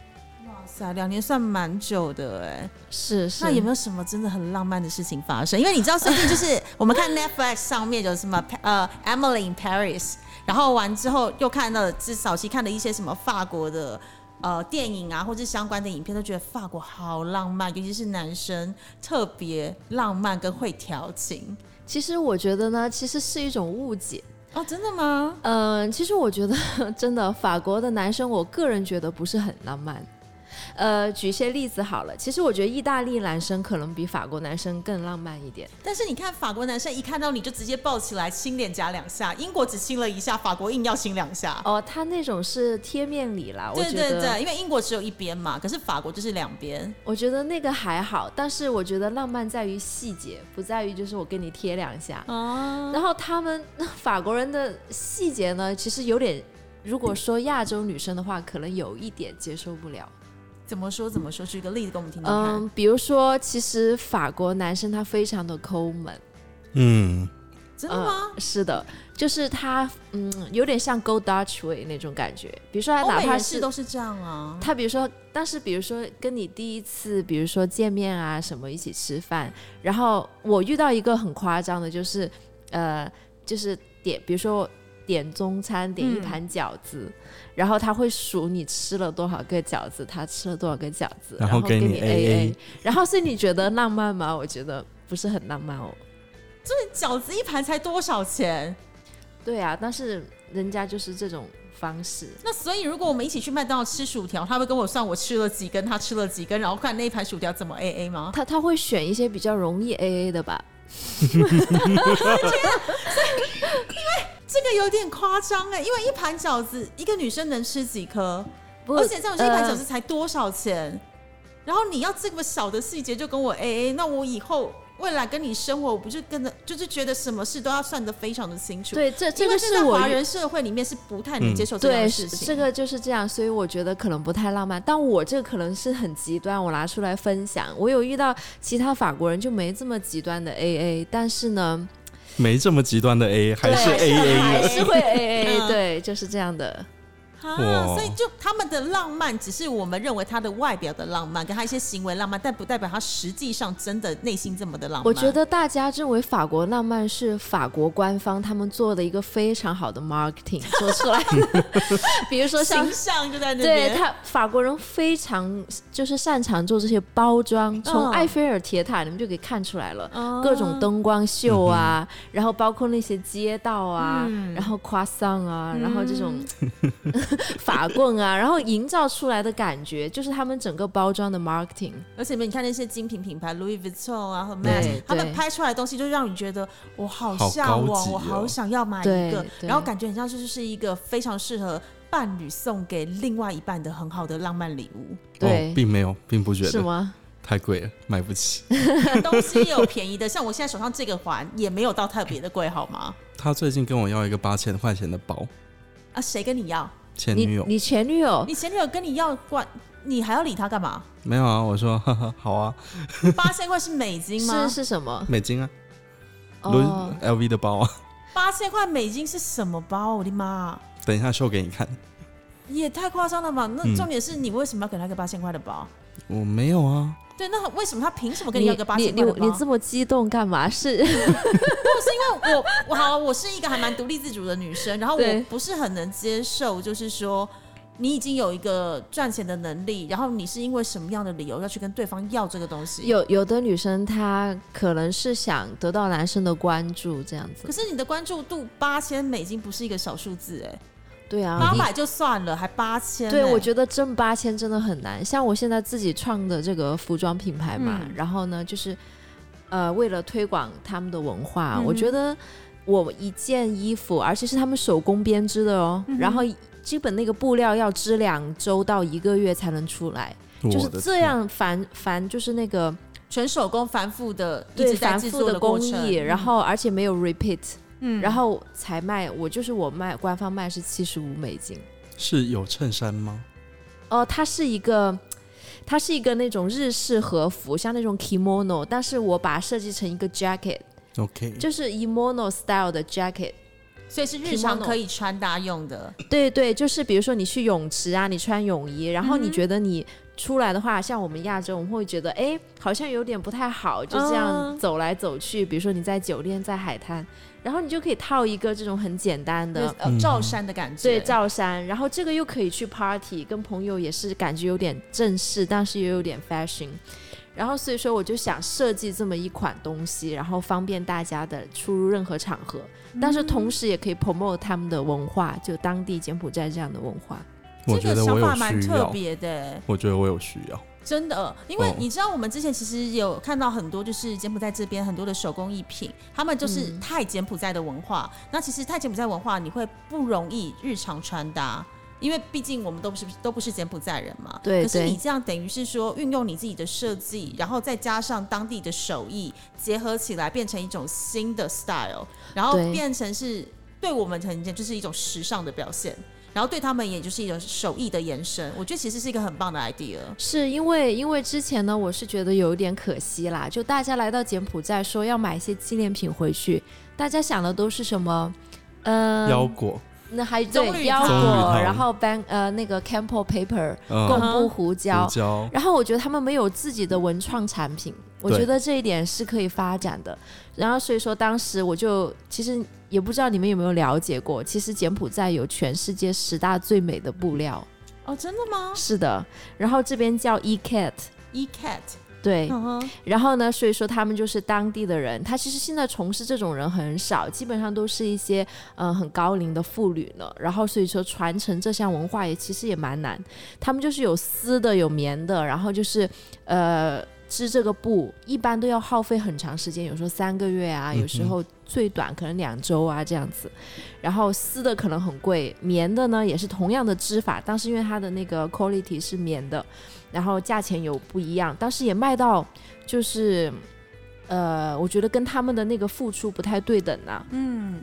[SPEAKER 1] 哇塞，两年算蛮久的哎。
[SPEAKER 3] 是是，
[SPEAKER 1] 那有没有什么真的很浪漫的事情发生？因为你知道最近就是我们 *laughs* 看 Netflix 上面有什么呃 Emily in Paris，然后完之后又看到了至早期看的一些什么法国的。呃，电影啊，或者相关的影片，都觉得法国好浪漫，尤其是男生特别浪漫跟会调情
[SPEAKER 3] 其实我觉得呢，其实是一种误解。
[SPEAKER 1] 哦，真的吗？
[SPEAKER 3] 嗯、其实我觉得 *laughs* 真的法国的男生，我个人觉得不是很浪漫。呃，举一些例子好了。其实我觉得意大利男生可能比法国男生更浪漫一点。
[SPEAKER 1] 但是你看法国男生一看到你就直接抱起来亲脸颊两下，英国只亲了一下，法国硬要亲两下。
[SPEAKER 3] 哦，他那种是贴面礼啦，我
[SPEAKER 1] 对
[SPEAKER 3] 觉
[SPEAKER 1] 对
[SPEAKER 3] 得
[SPEAKER 1] 对，因为英国只有一边嘛，可是法国就是两边。
[SPEAKER 3] 我觉得那个还好，但是我觉得浪漫在于细节，不在于就是我跟你贴两下。
[SPEAKER 1] 哦，
[SPEAKER 3] 然后他们法国人的细节呢，其实有点，如果说亚洲女生的话，可能有一点接受不了。
[SPEAKER 1] 怎么说怎么说？举个例子给我们听听看。
[SPEAKER 3] 嗯嗯，比如说，其实法国男生他非常的抠门，
[SPEAKER 2] 嗯，
[SPEAKER 1] 真的吗？
[SPEAKER 3] 嗯是的，就是它，嗯，有点像 Go Dutch Way 那种感觉。比如说，它
[SPEAKER 1] 欧
[SPEAKER 3] 哪
[SPEAKER 1] 美
[SPEAKER 3] 怕
[SPEAKER 1] 人士
[SPEAKER 3] 是
[SPEAKER 1] 都是这样啊。
[SPEAKER 3] 他比如说，但是比如说跟你第一次，比如说见面啊什么一起吃饭，然后我遇到一个很夸张的，就是呃，就是点，比如说我点中餐，点一
[SPEAKER 1] 嗯
[SPEAKER 3] 盘饺子，然后他会数你吃了多少个饺子，他吃了多少个饺子，
[SPEAKER 2] 然
[SPEAKER 3] 然
[SPEAKER 2] 后给
[SPEAKER 3] 给
[SPEAKER 2] 你
[SPEAKER 3] AA，
[SPEAKER 2] AA
[SPEAKER 3] 然后所以你觉得浪漫吗？我觉得不是很浪漫哦。
[SPEAKER 1] 饺子一盘才多少钱？
[SPEAKER 3] 对啊，但是人家就是这种方式，
[SPEAKER 1] 那所以如果我们一起去麦当劳吃薯条，他会跟我算我吃了几根，他吃了几根，然后看那一盘薯条怎么 A A 吗？
[SPEAKER 3] 他他会选一些比较容易 AA 的吧。
[SPEAKER 1] 这个有点夸张哎，因为一盘饺子一个女生能吃几颗？
[SPEAKER 3] 不过
[SPEAKER 1] 而且这种一盘
[SPEAKER 3] 呃
[SPEAKER 1] 饺子才多少钱？然后你要这么小的细节就跟我 A A，那我以后未来跟你生活，我不是跟着就是觉得什么事都要算得非常的清楚。，
[SPEAKER 3] 对，这这
[SPEAKER 1] 因为
[SPEAKER 3] 个
[SPEAKER 1] 这
[SPEAKER 3] 是
[SPEAKER 1] 在
[SPEAKER 3] 我
[SPEAKER 1] 华
[SPEAKER 3] 遇
[SPEAKER 1] 人社会里面是不太能
[SPEAKER 2] 嗯
[SPEAKER 1] 接受这样
[SPEAKER 3] 对，
[SPEAKER 1] 的
[SPEAKER 3] 是
[SPEAKER 1] 事情。
[SPEAKER 3] 这个就是这样，所以我觉得可能不太浪漫，但我这个可能是很极端，我拿出来分享。我有遇到其他法国人就没这么极端的 AA，但是呢，
[SPEAKER 2] 没这么极端的 A，还是
[SPEAKER 3] 对
[SPEAKER 2] AA
[SPEAKER 3] 还
[SPEAKER 1] *laughs*
[SPEAKER 2] 的。
[SPEAKER 3] 是会 AA，
[SPEAKER 1] 嗯
[SPEAKER 3] 对，就是这样的。
[SPEAKER 1] 啊，
[SPEAKER 2] 哇
[SPEAKER 1] 所以就他们的浪漫，只是我们认为他的外表的浪漫，跟他一些行为浪漫，但不代表他实际上真的内心这么的浪漫。
[SPEAKER 3] 我觉得大家认为法国浪漫是法国官方他们做的一个非常好
[SPEAKER 1] *laughs*
[SPEAKER 3] 的 marketing 做出来的，比如说像
[SPEAKER 1] 形象就在那
[SPEAKER 3] 对
[SPEAKER 1] 边。
[SPEAKER 3] 他，法国人非常就是擅长做这些包装，从
[SPEAKER 1] 嗯
[SPEAKER 3] 埃菲尔铁塔你们就可以看出来了，
[SPEAKER 1] 哦
[SPEAKER 3] 各种灯光秀
[SPEAKER 2] 嗯
[SPEAKER 3] 啊，然后包括那些街道啊，
[SPEAKER 1] 嗯
[SPEAKER 3] 然后夸桑啊，然后这种 *laughs* 法棍啊，然后营造出来的感觉就是他们整个包装的 marketing。
[SPEAKER 1] 而且你看那些精品品牌，Louis Vuitton 啊和
[SPEAKER 3] 对
[SPEAKER 1] Max，他们
[SPEAKER 3] 对
[SPEAKER 1] 拍出来的东西就让你觉得我好
[SPEAKER 2] 好
[SPEAKER 1] 向
[SPEAKER 2] 高
[SPEAKER 1] 往，
[SPEAKER 2] 级
[SPEAKER 1] 我好
[SPEAKER 2] 哦
[SPEAKER 1] 想要买
[SPEAKER 3] 对
[SPEAKER 1] 一个，
[SPEAKER 3] 对
[SPEAKER 1] 然后感觉很像是就是一个非常适合伴侣送给另外一半的很好的浪漫礼
[SPEAKER 3] *laughs*
[SPEAKER 1] 物。
[SPEAKER 3] 对
[SPEAKER 2] 哦，并没有，并不觉
[SPEAKER 3] 是
[SPEAKER 2] 得
[SPEAKER 3] 吗？
[SPEAKER 2] 太贵了，买不起。
[SPEAKER 1] 东西也有便宜的，像我现在手上这个环也没有到特别的贵，好吗？
[SPEAKER 2] 他最近跟我要一个八千块钱的包，
[SPEAKER 1] 啊，谁跟你要？
[SPEAKER 2] 前
[SPEAKER 3] 你
[SPEAKER 2] 女友
[SPEAKER 3] 你前女友
[SPEAKER 1] 你前女友跟你要关，你还要理她干
[SPEAKER 3] *laughs*
[SPEAKER 1] 嘛？
[SPEAKER 2] 没有啊？我说哈哈，好啊，
[SPEAKER 1] 八千块是美金吗
[SPEAKER 3] 是？是什么？
[SPEAKER 2] 美金啊，伦
[SPEAKER 3] 哦，
[SPEAKER 2] LV 的包啊， *laughs*
[SPEAKER 1] 八千块美金是什么包？我的妈！
[SPEAKER 2] 等一下秀给你看。
[SPEAKER 1] 也太夸张了吧！那
[SPEAKER 2] 嗯
[SPEAKER 1] 重点是你为什么要给他个八千块的包？
[SPEAKER 2] 我没有啊，
[SPEAKER 1] 对，那为什么他凭什么跟
[SPEAKER 3] 你
[SPEAKER 1] 你要个八
[SPEAKER 3] 你
[SPEAKER 1] 千
[SPEAKER 3] 你
[SPEAKER 1] 块的包？
[SPEAKER 3] 你这么激动干
[SPEAKER 1] *laughs*
[SPEAKER 3] 嘛？是
[SPEAKER 1] 因为我我好，我是一个还蛮独立自主的女生，然后
[SPEAKER 3] 对
[SPEAKER 1] 我不是很能接受，就是说你已经有一个赚钱的能力，然后你是因为什么样的理由要去跟对方要这个东西？，
[SPEAKER 3] 有有的女生她可能是想得到男生的关注这样子
[SPEAKER 1] 可。是你的关注度八千美金不是一个小数字哎、
[SPEAKER 3] 对啊，
[SPEAKER 1] 八
[SPEAKER 3] 你
[SPEAKER 1] 百就算了，还八千、哎
[SPEAKER 3] 对，我
[SPEAKER 1] 得
[SPEAKER 3] 觉得挣八千真的很难。像我现在自己创的这个服装品牌嘛，
[SPEAKER 1] 嗯
[SPEAKER 3] 然后呢，就是呃，为了推广他们的文化，
[SPEAKER 1] 嗯哼
[SPEAKER 3] 我觉得我一件衣服，而且是他们手工编织的哦，
[SPEAKER 1] 嗯
[SPEAKER 3] 然后基本那个布料要织两周到一个月才能出来，
[SPEAKER 2] 我
[SPEAKER 3] 就是
[SPEAKER 2] 的
[SPEAKER 3] 这
[SPEAKER 2] 天
[SPEAKER 3] 样繁繁就是那个
[SPEAKER 1] 哎全手工繁复的一
[SPEAKER 3] 对
[SPEAKER 1] 直在
[SPEAKER 3] 繁
[SPEAKER 1] 制
[SPEAKER 3] 复
[SPEAKER 1] 作
[SPEAKER 3] 的
[SPEAKER 1] 过
[SPEAKER 3] 工
[SPEAKER 1] 程
[SPEAKER 3] 艺，然后而且没有 repeat，、
[SPEAKER 1] 嗯
[SPEAKER 3] 然后才卖。我就是我卖官方卖是七十五美金。
[SPEAKER 2] 是有衬衫吗？
[SPEAKER 3] 哦，它是一个，它是一个那种日式和服，像那种 kimono，但是我把它设计成一个 jacket，
[SPEAKER 2] OK，
[SPEAKER 3] 就是 kimono style 的 jacket。
[SPEAKER 1] 所以是日常
[SPEAKER 3] kimono
[SPEAKER 1] 可以穿搭用的。
[SPEAKER 3] 对对，就是比如说你去泳池啊，你穿泳衣，然后
[SPEAKER 1] 嗯
[SPEAKER 3] 你
[SPEAKER 1] 哼
[SPEAKER 3] 觉得你出来的话，像我们亚洲，我们会觉得哎，好像有点不太好，就这样
[SPEAKER 1] 嗯
[SPEAKER 3] 走来走去。比如说你在酒店，在海滩，然后你就可以套一个这种很简单
[SPEAKER 1] 就是
[SPEAKER 3] 的。
[SPEAKER 1] 呃
[SPEAKER 2] 嗯
[SPEAKER 1] 罩衫的感觉，
[SPEAKER 3] 对罩衫，然后这个又可以去 party，跟朋友也是感觉有点正式，但是又有点 fashion。然后所以说，我就想设计这么一款东西，然后方便大家的出入任何场合，但是同时也可以 promote 他们的文化，就当地柬埔寨这样的文化。
[SPEAKER 2] 我
[SPEAKER 1] 这
[SPEAKER 2] 觉
[SPEAKER 1] 个
[SPEAKER 2] 得
[SPEAKER 1] 想
[SPEAKER 2] 我
[SPEAKER 1] 法
[SPEAKER 2] 有
[SPEAKER 1] 蛮
[SPEAKER 2] 需
[SPEAKER 1] 特
[SPEAKER 2] 要，
[SPEAKER 1] 别的，哎
[SPEAKER 2] 我觉得我有需要。
[SPEAKER 1] 真的。因为
[SPEAKER 2] 哦
[SPEAKER 1] 你知道，我们之前其实有看到很多，就是柬埔寨这边很多的手工艺品，他们
[SPEAKER 3] 嗯
[SPEAKER 1] 就是泰柬埔寨的文化。那其实泰柬埔寨文化，你会不容易日常穿搭。因为毕竟我们都不是都不是柬埔寨人嘛，
[SPEAKER 3] 对
[SPEAKER 1] 可是
[SPEAKER 3] 对
[SPEAKER 1] 你这样等于是说运用你自己的设计，然后再加上当地的手艺结合起来，变成一种新的 style，然后
[SPEAKER 3] 对
[SPEAKER 1] 变成是对我们很就是一种时尚的表现，然后对他们也就是一种手艺的延伸。我觉得其实是一个很棒的 idea。
[SPEAKER 3] 是因为因为之前呢，我是觉得有一点可惜啦，就大家来到柬埔寨说要买一些纪念品回去，大家想的都是什么？嗯、
[SPEAKER 2] 腰果，
[SPEAKER 3] 那还
[SPEAKER 1] 棕
[SPEAKER 3] 对
[SPEAKER 1] 榈
[SPEAKER 3] 腰
[SPEAKER 1] 糖棕
[SPEAKER 2] 榈
[SPEAKER 3] 果，
[SPEAKER 2] 糖
[SPEAKER 3] 然后 ban 呃那个 Campo paper
[SPEAKER 2] 嗯，
[SPEAKER 3] 贡布胡椒
[SPEAKER 2] 胡，椒，
[SPEAKER 3] 然后我觉得他们没有自己的文创产品，我
[SPEAKER 2] 对
[SPEAKER 3] 觉得这一点是可以发展的。然后所以说当时我就其实也不知道你们有没有了解过，其实柬埔寨有全世界十大最美的布料，
[SPEAKER 1] 哦，真的吗
[SPEAKER 3] 是的。然后这边叫 e cat，
[SPEAKER 1] ？E cat，
[SPEAKER 3] 对。
[SPEAKER 1] 嗯哼，
[SPEAKER 3] 然后呢，所以说他们就是当地的人，他其实现在从事这种人很少，基本上都是一些嗯、呃很高龄的妇女了。然后所以说传承这项文化也其实也蛮难，他们就是有丝的，有棉的，然后就是呃织这个布，一般都要耗费很长时间，有时候三个月啊，
[SPEAKER 2] 嗯哼
[SPEAKER 3] 有时候最短可能两周啊这样子。然后丝的可能很贵，棉的呢也是同样的织法，但是因为它的那个 quality 是棉的，然后价钱有不一样，当时也卖到就是。呃，我觉得跟他们的那个付出不太对等啊，
[SPEAKER 1] 嗯，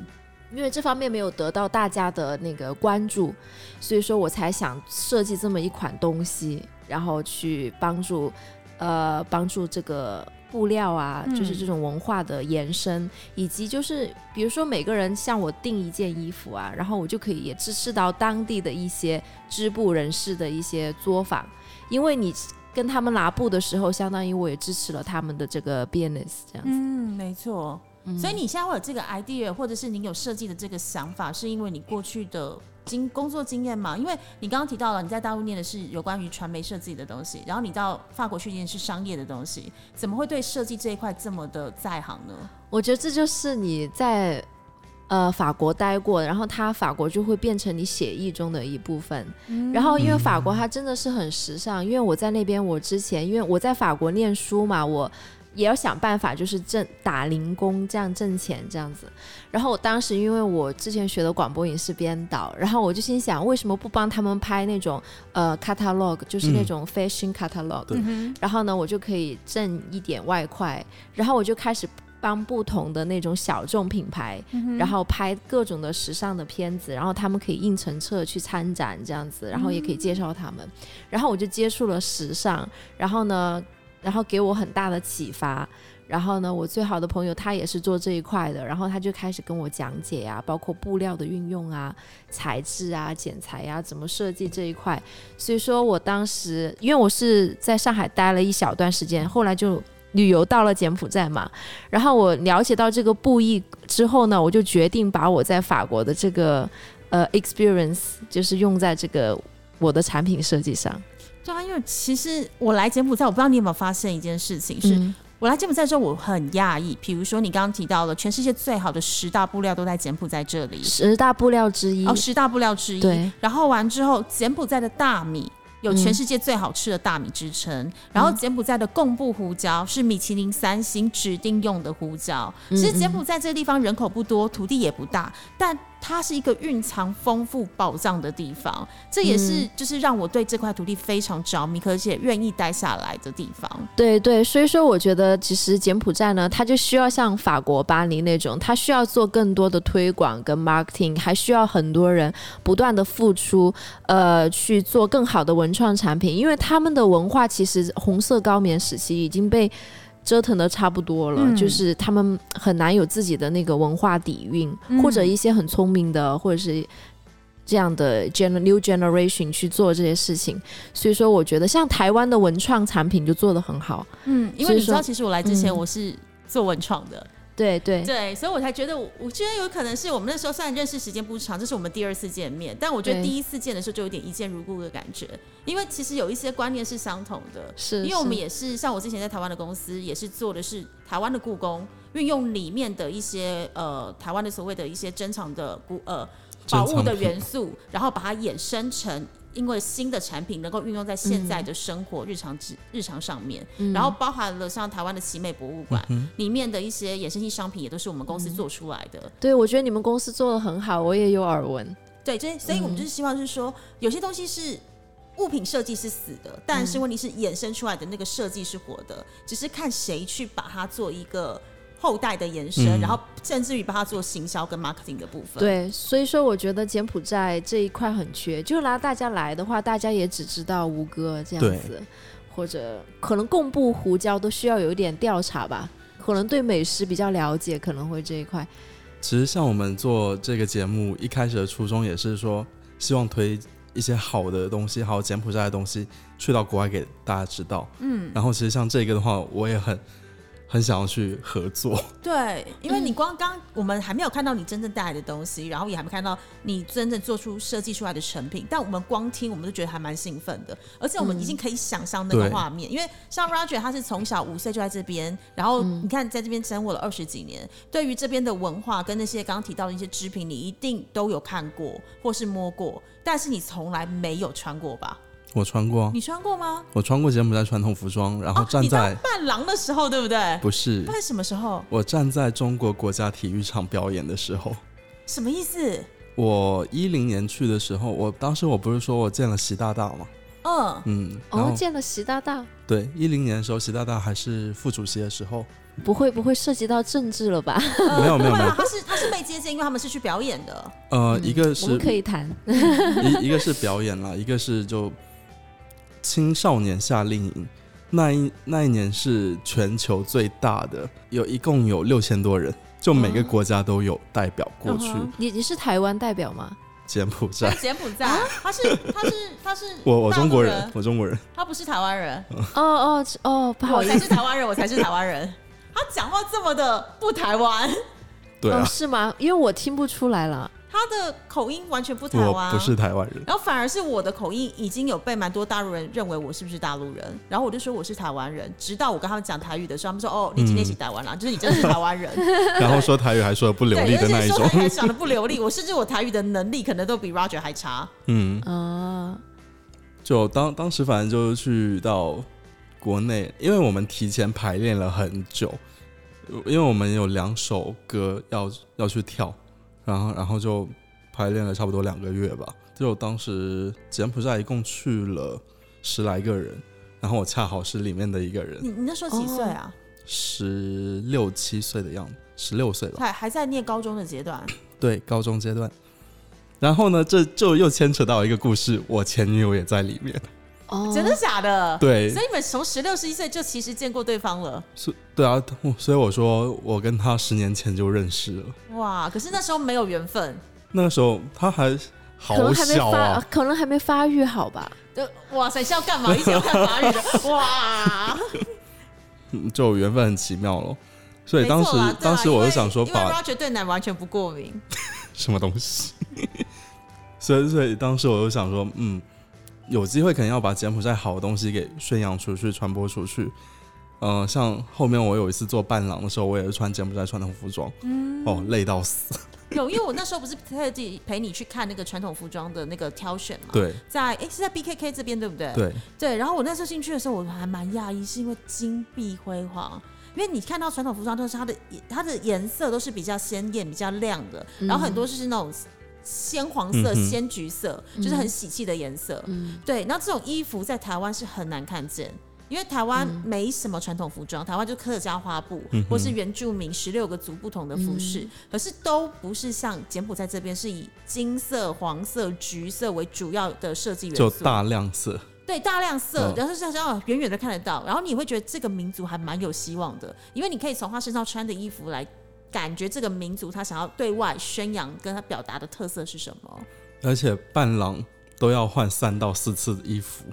[SPEAKER 3] 因为这方面没有得到大家的那个关注，所以说我才想设计这么一款东西，然后去帮助，呃，帮助这个布料啊，
[SPEAKER 1] 嗯
[SPEAKER 3] 就是这种文化的延伸，以及就是比如说每个人向我订一件衣服啊，然后我就可以也支持到当地的一些织布人士的一些作坊，因为你跟他们拿布的时候，相当于我也支持了他们的这个 business 这样子。
[SPEAKER 1] 嗯，没错。
[SPEAKER 3] 嗯
[SPEAKER 1] 所以你现在会有这个 idea，或者是你有设计的这个想法，是因为你过去的经工作经验嘛？因为你刚刚提到了你在大陆念的是有关于传媒设计的东西，然后你到法国去念是商业的东西，怎么会对设计这一块这么的在行呢？
[SPEAKER 3] 我觉得这就是你在呃法国待过，然后它法国就会变成你写意中的一部分。
[SPEAKER 2] 嗯
[SPEAKER 3] 然后因为法国它真的是很时尚，因为我在那边，我之前因为我在法国念书嘛，我。也要想办法，就是挣打零工，这样挣钱这样子。然后我当时因为我之前学的广播影视编导，然后我就心想，为什么不帮他们拍那种呃 catalog，就是那
[SPEAKER 2] 嗯
[SPEAKER 3] 种 fashion catalog？、
[SPEAKER 2] 对
[SPEAKER 3] 然后呢，我就可以挣一点外快，然后我就开始帮不同的那种小众品牌，然后拍各种的时尚的片子，然后他们可以印成册去参展这样子，然后也可以介绍他们，然后我就接触了时尚，然后呢，然后给我很大的启发。然后呢，我最好的朋友他也是做这一块的，然后他就开始跟我讲解啊，包括布料的运用啊、材质啊、剪裁啊、怎么设计这一块。所以说我当时，因为我是在上海待了一小段时间，后来就旅游到了柬埔寨嘛。然后我了解到这个布艺之后呢，我就决定把我在法国的这个呃 experience，就是用在这个我的产品设计上。
[SPEAKER 1] 对啊，因为其实我来柬埔寨，我不知道你有没有发现一件事情是，
[SPEAKER 3] 嗯
[SPEAKER 1] 我来柬埔寨之后我很讶异。比如说你刚刚提到了全世界最好的十大布料都在柬埔寨这里，
[SPEAKER 3] 十大布料之一。
[SPEAKER 1] 哦，十大布料之一。
[SPEAKER 3] 对，
[SPEAKER 1] 然后完之后，柬埔寨的大米有
[SPEAKER 3] 嗯
[SPEAKER 1] 全世界最好吃的大米之称，然后柬埔寨的贡布胡椒是米其林三星指定用的胡椒。
[SPEAKER 3] 嗯
[SPEAKER 1] 其实柬埔寨这个地方人口不多，土地也不大，但它是一个蕴藏丰富宝藏的地方，这也是就是让我对这块土地非常着迷，而且愿意待下来的地方。
[SPEAKER 3] 对对，所以说我觉得其实柬埔寨呢，它就需要像法国巴黎那种，它需要做更多的推广跟 marketing，还需要很多人不断的付出，呃，去做更好的文创产品，因为他们的文化其实红色高棉时期已经被。折腾的差不多了，
[SPEAKER 1] 嗯
[SPEAKER 3] 就是他们很难有自己的那个文化底蕴，
[SPEAKER 1] 嗯
[SPEAKER 3] 或者一些很聪明的，或者是这样的 gen new generation 去做这些事情。所以说，我觉得像台湾的文创产品就做得很好。
[SPEAKER 1] 嗯，因为
[SPEAKER 3] 所以
[SPEAKER 1] 你知道，
[SPEAKER 3] 说
[SPEAKER 1] 其实我来之前
[SPEAKER 3] 嗯
[SPEAKER 1] 我是做文创的，
[SPEAKER 3] 对对
[SPEAKER 1] 对，所以我才觉得我，我觉得有可能是我们那时候虽然认识时间不长，这是我们第二次见面，但我觉得
[SPEAKER 3] 对
[SPEAKER 1] 第一次见的时候就有点一见如故的感觉，因为其实有一些观念是相同的，
[SPEAKER 3] 是，
[SPEAKER 1] 因为我们
[SPEAKER 3] 是
[SPEAKER 1] 也是像我之前在台湾的公司，也是做的是台湾的故宫，运用里面的一些呃台湾的所谓的一些珍藏的古呃宝物
[SPEAKER 2] 珍藏
[SPEAKER 1] 的
[SPEAKER 2] 品
[SPEAKER 1] 元素，然后把它衍生成。因为新的产品能够运用在现在的生活、日常之日常上面，然后包含了像台湾的奇美博物馆、
[SPEAKER 2] 嗯
[SPEAKER 1] 里面的一些衍生性商品，也都是我们公司做出来的。
[SPEAKER 3] 对我觉得你们公司做的很好，我也有耳闻。
[SPEAKER 1] 对，所以所以我们就是希望是说，有些东西是物品设计是死的，但是问题是衍生出来的那个设计是活的，只是看谁去把它做一个后代的延伸，
[SPEAKER 2] 嗯
[SPEAKER 1] 然后甚至于把它做行销跟 marketing 的部分。，
[SPEAKER 3] 对，所以说我觉得柬埔寨这一块很缺，就拿大家来的话，大家也只知道吴哥这样
[SPEAKER 2] 对
[SPEAKER 3] 子，或者可能贡布胡椒都需要有一点调查吧，可能对美食比较了解，可能会这一块。
[SPEAKER 2] 其实像我们做这个节目一开始的初衷也是说，希望推一些好的东西，好柬埔寨的东西去到国外给大家知道。嗯，然后其实像这个的话，我也很很想要去合作。
[SPEAKER 1] 对，因为你光刚我们还没有看到你真正带来的东西，然后也还没看到你真正做出设计出来的成品，但我们光听我们就觉得还蛮兴奋的，而且我们已经可以想象那个
[SPEAKER 2] 对
[SPEAKER 1] 画面，因为像 Roger 他是从小五岁就在这边，然后你看在这边生活了二十几年，对于这边的文化跟那些刚刚提到的一些织品，你一定都有看过或是摸过，但是你从来没有穿过吧？
[SPEAKER 2] 我穿过啊，
[SPEAKER 1] 你穿过吗？
[SPEAKER 2] 我穿过柬埔寨传统服装，然后
[SPEAKER 1] 哦，
[SPEAKER 2] 站
[SPEAKER 1] 你
[SPEAKER 2] 在、
[SPEAKER 1] 当伴郎的时候，对不对？
[SPEAKER 2] 不是
[SPEAKER 1] 伴什么时候？
[SPEAKER 2] 我站在中国国家体育场表演的时候。
[SPEAKER 1] 什么意思？
[SPEAKER 2] 我一零年去的时候，我当时我不是说我见了习大大嘛，
[SPEAKER 1] 嗯，
[SPEAKER 2] *laughs* 嗯，然后、
[SPEAKER 3] 哦，见了习大大，
[SPEAKER 2] 对，一零年的时候习大大还是副主席的时候，
[SPEAKER 3] 不会不会涉及到政治了吧？
[SPEAKER 2] 没有没有
[SPEAKER 1] 对
[SPEAKER 2] 没有
[SPEAKER 1] 啊，，他是他是被接见，因为他们是去表演
[SPEAKER 2] *laughs*
[SPEAKER 1] 的。
[SPEAKER 3] *laughs*
[SPEAKER 2] 呃，一个
[SPEAKER 1] 嗯
[SPEAKER 3] 我
[SPEAKER 2] 是
[SPEAKER 3] 们可以谈。
[SPEAKER 2] 一一个是表演啦，一个是就青少年夏令营，那一那一年是全球最大的，有一共有六千多人，就每个国家都有代表过去
[SPEAKER 1] 嗯嗯哼
[SPEAKER 3] 你你是台湾代表
[SPEAKER 2] *laughs*
[SPEAKER 3] 吗？
[SPEAKER 2] 柬埔
[SPEAKER 1] 他
[SPEAKER 2] 寨
[SPEAKER 1] 是。柬埔寨，他是他是他是
[SPEAKER 2] 啊 *laughs* 我我
[SPEAKER 1] 大陆
[SPEAKER 2] 中国人
[SPEAKER 1] 人，，
[SPEAKER 2] 我中国人，
[SPEAKER 1] 他不是台湾人，
[SPEAKER 3] 哦哦是哦，不好
[SPEAKER 1] 我
[SPEAKER 3] 意
[SPEAKER 1] 才
[SPEAKER 3] 思，
[SPEAKER 1] 是台湾人，我才是台湾人。他讲话这么的不台湾，
[SPEAKER 2] 对啊
[SPEAKER 3] 哦，是吗？因为我听不出来了。
[SPEAKER 1] 他的口音完全不台
[SPEAKER 2] 我
[SPEAKER 1] 湾，
[SPEAKER 2] 不是台湾人。
[SPEAKER 1] 然后反而是我的口音已经有被蛮多大陆人认为我是不是大陆人，然后我就说我是台湾人，直到我跟他们讲台语的时候，他们说哦，你今
[SPEAKER 2] 嗯
[SPEAKER 1] 天是台湾啦，就是你真的是台湾
[SPEAKER 2] *laughs*
[SPEAKER 1] 人，
[SPEAKER 2] 然后说台语还说的不流
[SPEAKER 1] 对，
[SPEAKER 2] 利
[SPEAKER 1] 而
[SPEAKER 2] 的那
[SPEAKER 1] 且
[SPEAKER 2] 一
[SPEAKER 1] 说
[SPEAKER 2] 种
[SPEAKER 1] 台语，还讲的不流
[SPEAKER 2] *laughs*
[SPEAKER 1] 利，我甚至我台语的能力可能都比 Roger 还差。
[SPEAKER 2] 嗯，
[SPEAKER 3] 啊，
[SPEAKER 2] 就当当时反正就是去到国内，因为我们提前排练了很久，呃因为我们有两首歌要要去跳，然后然后就排练了差不多两个月吧。就当时柬埔寨一共去了十来个人，然后我恰好是里面的一个人，
[SPEAKER 1] 你你那时候几岁啊？
[SPEAKER 2] 十六七岁的样子，十六岁吧。
[SPEAKER 1] *laughs* 还还在念高中的阶段，
[SPEAKER 2] 对，高中阶段。然后呢，这就又牵扯到一个故事，我前女友也在里面。
[SPEAKER 3] 哦，
[SPEAKER 1] 真的假的？*laughs*
[SPEAKER 2] 嗯对
[SPEAKER 1] 所以你们从十六、十一岁就其实见过对方了，
[SPEAKER 2] 所对啊，我所以我说我跟她十年前就认识了，
[SPEAKER 1] 哇！可是那时候没有缘分，
[SPEAKER 2] 那个时候她还
[SPEAKER 3] 可能
[SPEAKER 2] 好
[SPEAKER 3] 还没
[SPEAKER 2] 小
[SPEAKER 3] 发
[SPEAKER 2] 啊，，
[SPEAKER 3] 可能还没发育好吧？
[SPEAKER 1] 就哇塞，是要干嘛？一直要看
[SPEAKER 2] *laughs*
[SPEAKER 1] 法语的，哇！
[SPEAKER 2] 嗯就缘分很奇妙咯。所以
[SPEAKER 1] 没错
[SPEAKER 2] 当
[SPEAKER 1] 啦
[SPEAKER 2] 时
[SPEAKER 1] 对啦
[SPEAKER 2] 当时我就想说
[SPEAKER 1] 因为因为
[SPEAKER 2] 把
[SPEAKER 1] Roger 对奶完全不过敏，
[SPEAKER 2] 什么东西，所以所以当时我就想说，嗯，有机会肯定要把柬埔寨好的东西给宣扬出去、传播出去。呃，像后面我有一次做伴郎的时候，我也是穿柬埔寨传统服装，
[SPEAKER 1] 嗯
[SPEAKER 2] 哦，累到死。 *laughs*
[SPEAKER 1] 有，因为我那时候不是特地陪你去看那个传统服装的那个挑选嘛，
[SPEAKER 2] 对
[SPEAKER 1] 在诶是在 BKK 这边对不对？
[SPEAKER 2] 对，
[SPEAKER 1] 对，然后我那时候进去的时候，我还蛮讶异，是因为金碧辉煌。因为你看到传统服装都是它的它的颜色都是比较鲜艳、比较亮的，
[SPEAKER 2] 嗯
[SPEAKER 1] 然后很多就是那种鲜黄色、
[SPEAKER 2] 嗯哼
[SPEAKER 1] 鲜橘色，就是很喜气的颜色。
[SPEAKER 3] 嗯，
[SPEAKER 1] 对，那这种衣服在台湾是很难看见，因为台湾没什么传统服装，台湾就客家花布、
[SPEAKER 2] 嗯哼嗯
[SPEAKER 1] 或是原住民十六个族不同的服饰，可是都不是像柬埔寨这边是以金色、黄色、橘色为主要的设计元素，
[SPEAKER 2] 就大亮色。
[SPEAKER 1] 对大量色
[SPEAKER 2] 嗯，
[SPEAKER 1] 然后像这样哦远远的看得到，然后你会觉得这个民族还蛮有希望的，因为你可以从他身上穿的衣服来感觉这个民族他想要对外宣扬跟他表达的特色是什么。
[SPEAKER 2] 而且伴郎都要换三到四次衣服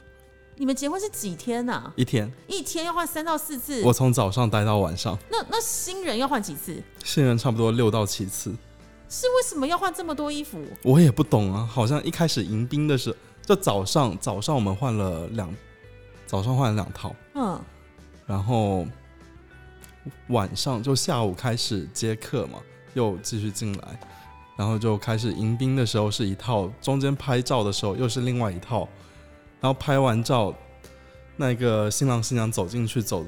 [SPEAKER 1] 你们结婚是几天啊？
[SPEAKER 2] 一天，
[SPEAKER 1] 一天要换三到四次，
[SPEAKER 2] 我从早上待到晚上，
[SPEAKER 1] 那那新人要换几次？
[SPEAKER 2] 新人差不多六到七次，
[SPEAKER 1] 是为什么要换这么多衣服？
[SPEAKER 2] 我也不懂啊，好像一开始迎宾的时候，就早上早上我们换了两，早上换了两套，
[SPEAKER 1] 嗯，
[SPEAKER 2] 然后晚上就下午开始接客嘛，又继续进来，然后就开始迎宾的时候是一套，中间拍照的时候又是另外一套，然后拍完照，那个新郎新娘走进去走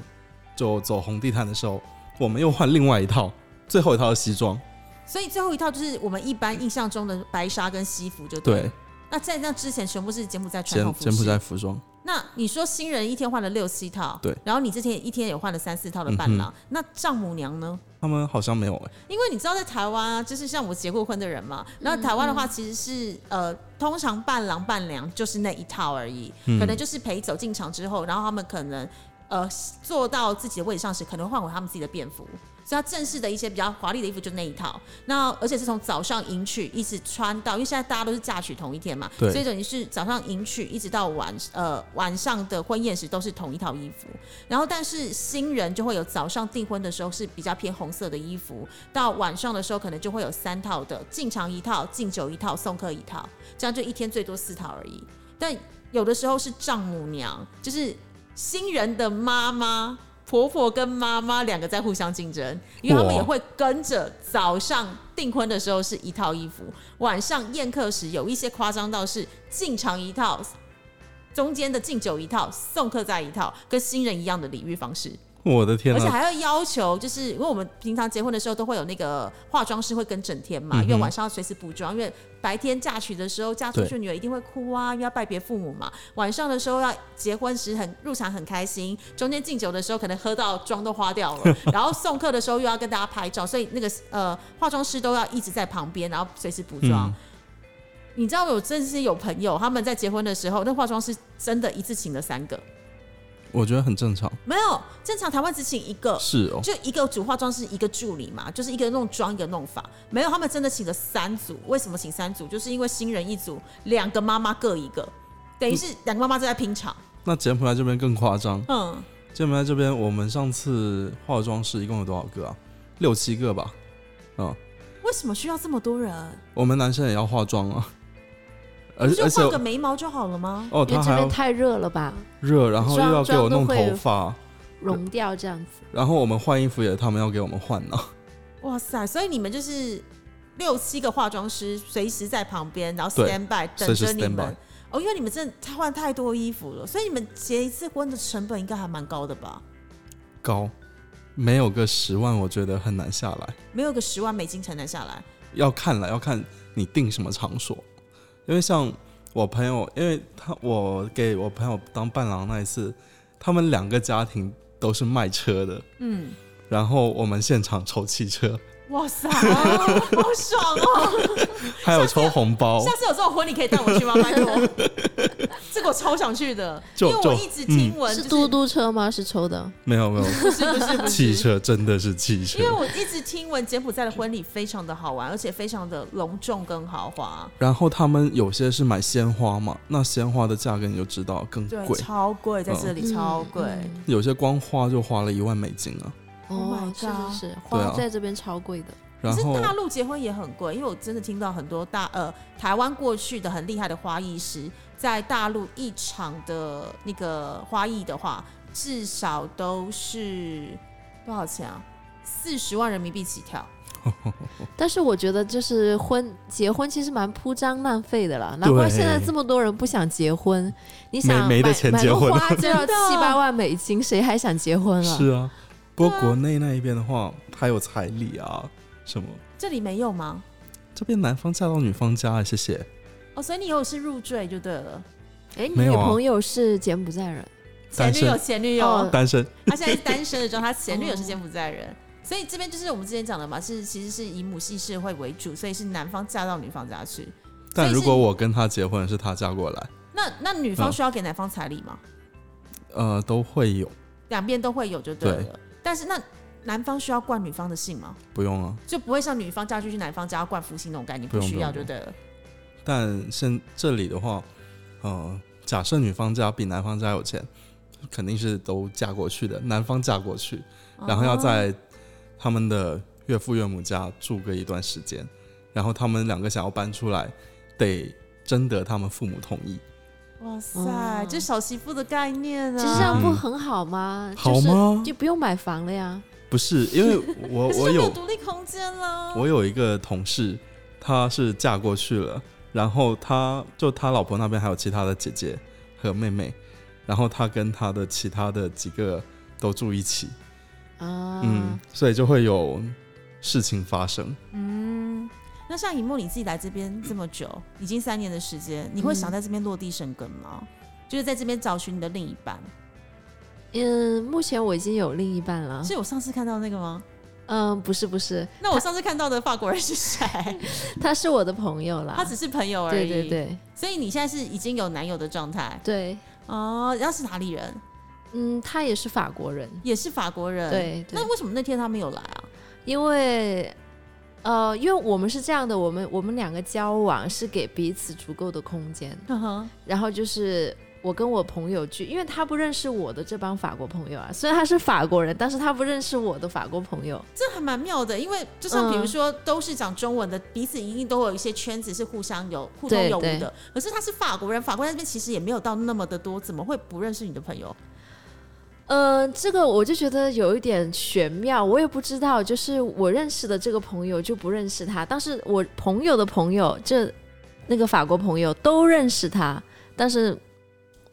[SPEAKER 2] 就走红地毯的时候，我们又换另外一套，最后一套是西装，
[SPEAKER 1] 所以最后一套就是我们一般印象中的白纱跟西服就对。
[SPEAKER 2] *laughs* 对，
[SPEAKER 1] 那在那之前全部是柬埔寨传
[SPEAKER 2] 柬
[SPEAKER 1] 统服饰。
[SPEAKER 2] 柬埔寨服装，
[SPEAKER 1] 那你说新人一天换了六七套，
[SPEAKER 2] 对，
[SPEAKER 1] 然后你之前一天也换了三四套的伴郎，那丈母娘呢？
[SPEAKER 2] 他们好像没有哎、
[SPEAKER 1] 因为你知道在台湾啊，就是像我结过婚的人嘛，那台湾的话其实是呃，通常伴郎伴娘就是那一套而已，可能就是陪走进场之后，然后他们可能呃坐到自己的位置上时，可能会换回他们自己的便服。所以，他正式的一些比较华丽的衣服就那一套。那而且是从早上迎娶一直穿到，因为现在大家都是嫁娶同一天嘛，
[SPEAKER 2] 对
[SPEAKER 1] 所以等于是早上迎娶一直到晚呃晚上的婚宴时都是同一套衣服。然后，但是新人就会有早上订婚的时候是比较偏红色的衣服，到晚上的时候可能就会有三套的进场一套、敬酒一套、送客一套，这样就一天最多四套而已。但有的时候是丈母娘，就是新人的妈妈。婆婆跟妈妈两个在互相竞争，因为他们
[SPEAKER 2] 哇
[SPEAKER 1] 也会跟着早上订婚的时候是一套衣服，晚上宴客时有一些夸张到是进场一套，中间的敬酒一套，送客再一套，跟新人一样的礼遇方式。
[SPEAKER 2] 我的天啊
[SPEAKER 1] 而且
[SPEAKER 2] 呐，
[SPEAKER 1] 还要要求，就是因为我们平常结婚的时候都会有那个化妆师会跟整天嘛，
[SPEAKER 2] 嗯哼
[SPEAKER 1] 因为晚上要随时补妆，因为白天嫁娶的时候嫁出去
[SPEAKER 2] 对
[SPEAKER 1] 女儿一定会哭啊，因为要拜别父母嘛。晚上的时候要结婚时很入场很开心，中间敬酒的时候可能喝到妆都花掉
[SPEAKER 2] *laughs*
[SPEAKER 1] 了，然后送客的时候又要跟大家拍照，所以那个呃化妆师都要一直在旁边，然后随时补妆。
[SPEAKER 2] 嗯
[SPEAKER 1] 你知道我真是有朋友，他们在结婚的时候，那化妆师真的一次请了三个，
[SPEAKER 2] 我觉得很正常。
[SPEAKER 1] 没有正常台湾只请一个，
[SPEAKER 2] 是哦，
[SPEAKER 1] 就一个主化妆师，一个助理嘛，就是一个弄妆，一个弄发。没有，他们真的请了三组。为什么请三组？就是因为新人一组，两个妈妈各一个，等于是两个妈妈都在拼场。
[SPEAKER 2] 那柬埔寨这边更夸张。
[SPEAKER 1] 嗯，
[SPEAKER 2] 柬埔寨这边，我们上次化妆师一共有多少个啊？六七个吧。嗯，
[SPEAKER 1] 为什么需要这么多人？
[SPEAKER 2] 我们男生也要化妆啊，而
[SPEAKER 1] 不
[SPEAKER 2] 且而
[SPEAKER 1] 就
[SPEAKER 2] 且
[SPEAKER 1] 画个眉毛就好了吗？
[SPEAKER 2] 哦，
[SPEAKER 3] 因
[SPEAKER 2] 他
[SPEAKER 3] 为这
[SPEAKER 2] 还
[SPEAKER 3] 边
[SPEAKER 2] 要
[SPEAKER 3] 太热了吧，
[SPEAKER 2] 热，然后又要给我弄
[SPEAKER 3] 妆妆都会
[SPEAKER 2] 头发，
[SPEAKER 3] 融掉这样子。
[SPEAKER 2] 然后我们换衣服也他们要给我们换啊呢、
[SPEAKER 1] 哇塞！所以你们就是六七个化妆师随时在旁边，然后
[SPEAKER 2] 对
[SPEAKER 1] stand by 等
[SPEAKER 2] 随时
[SPEAKER 1] 着你
[SPEAKER 2] stand by
[SPEAKER 1] 们。哦，因为你们真的太换太多衣服了，所以你们结一次婚的成本应该还蛮高的吧？
[SPEAKER 2] *laughs* 高，没有个十万，我觉得很难下来。
[SPEAKER 1] 没有个十万美金承担下来。
[SPEAKER 2] 要看了，要看你定什么场所，因为像我朋友，因为他我给我朋友当伴郎那一次，他们两个家庭都是卖车的，
[SPEAKER 1] 嗯，
[SPEAKER 2] 然后我们现场抽汽车，
[SPEAKER 1] 哇塞，好爽哦！ *laughs*
[SPEAKER 2] 还有抽红包
[SPEAKER 1] 下，次有这种婚礼可以带我去吗？拜托， *laughs* 这个我超想去的，因
[SPEAKER 2] 就
[SPEAKER 1] 为我一直听闻、嗯就是
[SPEAKER 3] 嘟，嘟车吗？是抽的，
[SPEAKER 2] 没有没有，
[SPEAKER 1] 不是不是不
[SPEAKER 2] 汽
[SPEAKER 1] 是。
[SPEAKER 2] 车真的是汽车
[SPEAKER 1] 因为。我一直听闻柬埔寨的婚礼非常的好玩，而且非常的隆重跟豪华，
[SPEAKER 2] 然后他们有些是买鲜花嘛，那鲜花的价格你就知道更
[SPEAKER 1] 对，
[SPEAKER 2] 贵，
[SPEAKER 1] 超贵，在这里
[SPEAKER 3] 嗯
[SPEAKER 1] 超贵。
[SPEAKER 3] 嗯
[SPEAKER 2] 有些光花就花了一万美金啊。
[SPEAKER 1] Oh
[SPEAKER 3] 哦
[SPEAKER 1] my，
[SPEAKER 3] 是
[SPEAKER 1] god
[SPEAKER 3] 是是，
[SPEAKER 2] 对
[SPEAKER 3] 花
[SPEAKER 2] 啊
[SPEAKER 3] 在这边超贵的。
[SPEAKER 2] 然
[SPEAKER 1] 可是
[SPEAKER 2] 后
[SPEAKER 1] 大陆结婚也很贵，因为我真的听到很多大呃台湾过去的很厉害的花艺师，在大陆一场的那个花艺的话，至少都是多少钱啊？四十万人民币起跳。
[SPEAKER 3] 但是我觉得就是婚结婚其实蛮铺张浪费的啦，难怪现在这么多人不想结婚。你想
[SPEAKER 2] 没没得
[SPEAKER 3] 买
[SPEAKER 2] 钱
[SPEAKER 3] 买
[SPEAKER 2] 结
[SPEAKER 3] 个
[SPEAKER 2] 婚
[SPEAKER 3] 花就 *laughs* 要
[SPEAKER 1] 真的
[SPEAKER 3] 七八万美金，谁还想结婚啊？
[SPEAKER 2] 是啊，不过国内那一边的话，还有彩礼啊什么，
[SPEAKER 1] 这里没有吗？
[SPEAKER 2] 这边男方嫁到女方家，谢谢。
[SPEAKER 1] 哦，所以你有是入赘就对了，
[SPEAKER 3] 哎，你
[SPEAKER 2] 没
[SPEAKER 3] 女
[SPEAKER 2] 有啊
[SPEAKER 3] 朋友是柬埔寨人，
[SPEAKER 1] 前
[SPEAKER 2] 单
[SPEAKER 1] 女
[SPEAKER 2] 身
[SPEAKER 1] 友前女友，
[SPEAKER 3] 哦
[SPEAKER 2] 单身，
[SPEAKER 1] 他现在是单身的状态，他前女友是
[SPEAKER 3] 哦
[SPEAKER 1] 柬埔寨人。所以这边就是我们之前讲的嘛，是其实是以母系社会为主，所以是男方嫁到女方家去。
[SPEAKER 2] 但
[SPEAKER 1] 是
[SPEAKER 2] 如果我跟他结婚，是他嫁过来，
[SPEAKER 1] 那那女方
[SPEAKER 2] 嗯
[SPEAKER 1] 需要给男方彩礼吗？
[SPEAKER 2] 呃，都会有，
[SPEAKER 1] 两边都会有就对了。
[SPEAKER 2] 对
[SPEAKER 1] 但是那男方需要冠女方的姓吗？
[SPEAKER 2] 不用啊。
[SPEAKER 1] 就不会像女方嫁出去男方家要冠夫姓那种概念，
[SPEAKER 2] 不用
[SPEAKER 1] 需要
[SPEAKER 2] 不
[SPEAKER 1] 就
[SPEAKER 2] 用
[SPEAKER 1] 对了。
[SPEAKER 2] 但现这里的话，呃，假设女方家比男方家有钱，肯定是都嫁过去的，男方嫁过去，然
[SPEAKER 1] 哦
[SPEAKER 2] 后要在他们的岳父岳母家住个一段时间，然后他们两个想要搬出来，得征得他们父母同意，
[SPEAKER 1] 哇塞，
[SPEAKER 3] 哦
[SPEAKER 1] 这小媳妇的概念啊！
[SPEAKER 3] 其实这样不很好吗？
[SPEAKER 2] 好？吗？
[SPEAKER 3] 就不用买房了呀。
[SPEAKER 2] 不是，因为
[SPEAKER 1] *laughs*
[SPEAKER 2] 我
[SPEAKER 1] 可是
[SPEAKER 2] 我
[SPEAKER 1] 就没有
[SPEAKER 2] 有
[SPEAKER 1] 独立空间啦。
[SPEAKER 2] 我有一个同事，她是嫁过去了，然后她就她老婆那边还有其他的姐姐和妹妹，然后她跟她的其他的几个都住一起，
[SPEAKER 3] 啊，
[SPEAKER 2] 嗯，所以就会有事情发生。
[SPEAKER 1] 嗯，那像以沫你自己来这边这么久，已经三年的时间，你会想
[SPEAKER 2] 嗯
[SPEAKER 1] 在这边落地生根吗？就是在这边找寻你的另一半。
[SPEAKER 3] 嗯，目前我已经有另一半了。
[SPEAKER 1] 是我上次看到那个吗？
[SPEAKER 3] 嗯，不是不是，
[SPEAKER 1] 那我上次看到的法国人是 *laughs* 谁？
[SPEAKER 3] 他是我的朋友啦。
[SPEAKER 1] 他只是朋友而
[SPEAKER 3] 对
[SPEAKER 1] 已。
[SPEAKER 3] 对对
[SPEAKER 1] 所以你现在是已经有男友的状态
[SPEAKER 3] 对，
[SPEAKER 1] 哦？他是哪里人？
[SPEAKER 3] 嗯，他也是法国人，
[SPEAKER 1] 也是法国人。
[SPEAKER 3] 对对
[SPEAKER 1] 那为什么那天他没有来啊？
[SPEAKER 3] 因为呃，因为我们是这样的，我们我们两个交往是给彼此足够的空间，
[SPEAKER 1] 嗯哼，
[SPEAKER 3] 然后就是我跟我朋友去，因为他不认识我的这帮法国朋友啊，虽然他是法国人，但是他不认识我的法国朋友。
[SPEAKER 1] 这还蛮妙的，因为就像比如
[SPEAKER 3] 嗯
[SPEAKER 1] 说都是讲中文的，彼此一定都会有一些圈子是互相有互通有无
[SPEAKER 3] 对
[SPEAKER 1] 的。可是他是法国人，法国人那边其实也没有到那么的多，怎么会不认识你的朋友？
[SPEAKER 3] 呃，这个我就觉得有一点玄妙，我也不知道，就是我认识的这个朋友就不认识他，但是我朋友的朋友，这那个法国朋友都认识他，但是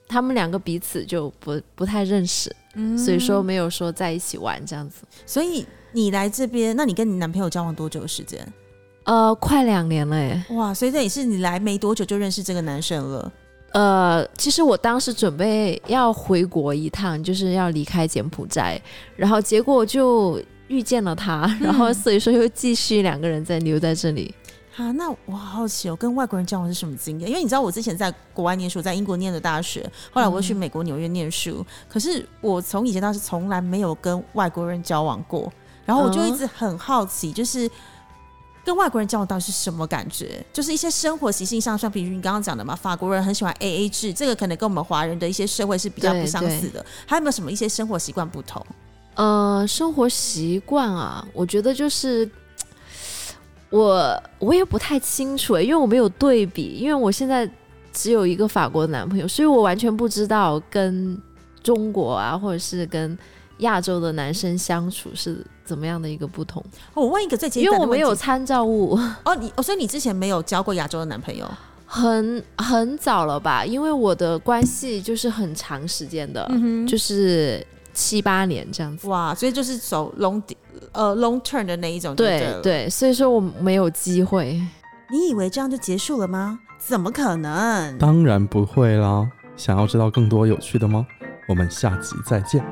[SPEAKER 3] 他们两个彼此就不不太认识，所以说没有说在一起玩这样子。
[SPEAKER 1] 所以你来这边，那你跟你男朋友交往多久的时间？
[SPEAKER 3] 呃，快两年了耶。
[SPEAKER 1] 哇，所以这也是你来没多久就认识这个男生了。
[SPEAKER 3] 呃，其实我当时准备要回国一趟，就是要离开柬埔寨，然后结果就遇见了他，然后所以说又继续两个人在留在这里。
[SPEAKER 1] 啊，那我好好奇哦，跟外国人交往是什么经验？因为你知道我之前在国外念书，在英国念的大学，后来我又
[SPEAKER 3] 嗯
[SPEAKER 1] 去美国纽约念书，可是我从以前到是从来没有跟外国人交往过，然后我就一
[SPEAKER 3] 嗯
[SPEAKER 1] 直很好奇，就是。跟外国人交往到底是什么感觉？就是一些生活习性上，像比如你刚刚讲的嘛，法国人很喜欢 A A 制，这个可能跟我们华人的一些社会是比较
[SPEAKER 3] 对
[SPEAKER 1] 不相似的。还有没有什么一些生活习惯不同？
[SPEAKER 3] 呃，生活习惯啊，我觉得就是我我也不太清楚欸诶，因为我没有对比，因为我现在只有一个法国男朋友，所以我完全不知道跟中国啊，或者是跟亚洲的男生相处是怎么样的一个不同，
[SPEAKER 1] 哦我问一个最简
[SPEAKER 3] 因
[SPEAKER 1] 单
[SPEAKER 3] 为
[SPEAKER 1] 的
[SPEAKER 3] 我
[SPEAKER 1] 问
[SPEAKER 3] 没
[SPEAKER 1] 题，
[SPEAKER 3] 有参照物。
[SPEAKER 1] 哦，你哦，所以你之前没有交过亚洲的男朋友？
[SPEAKER 3] 很很早了吧？因为我的关系就是很长时间的，
[SPEAKER 1] 嗯
[SPEAKER 3] 就是七八年这样子。
[SPEAKER 1] 哇，所以就是走 long di- 呃 long term 的那一种就对
[SPEAKER 3] 对
[SPEAKER 1] 了。
[SPEAKER 3] 对，所以说我没有机会。
[SPEAKER 1] 你以为这样就结束了吗？怎么可能？
[SPEAKER 2] 当然不会啦！想要知道更多有趣的吗？我们下集再见，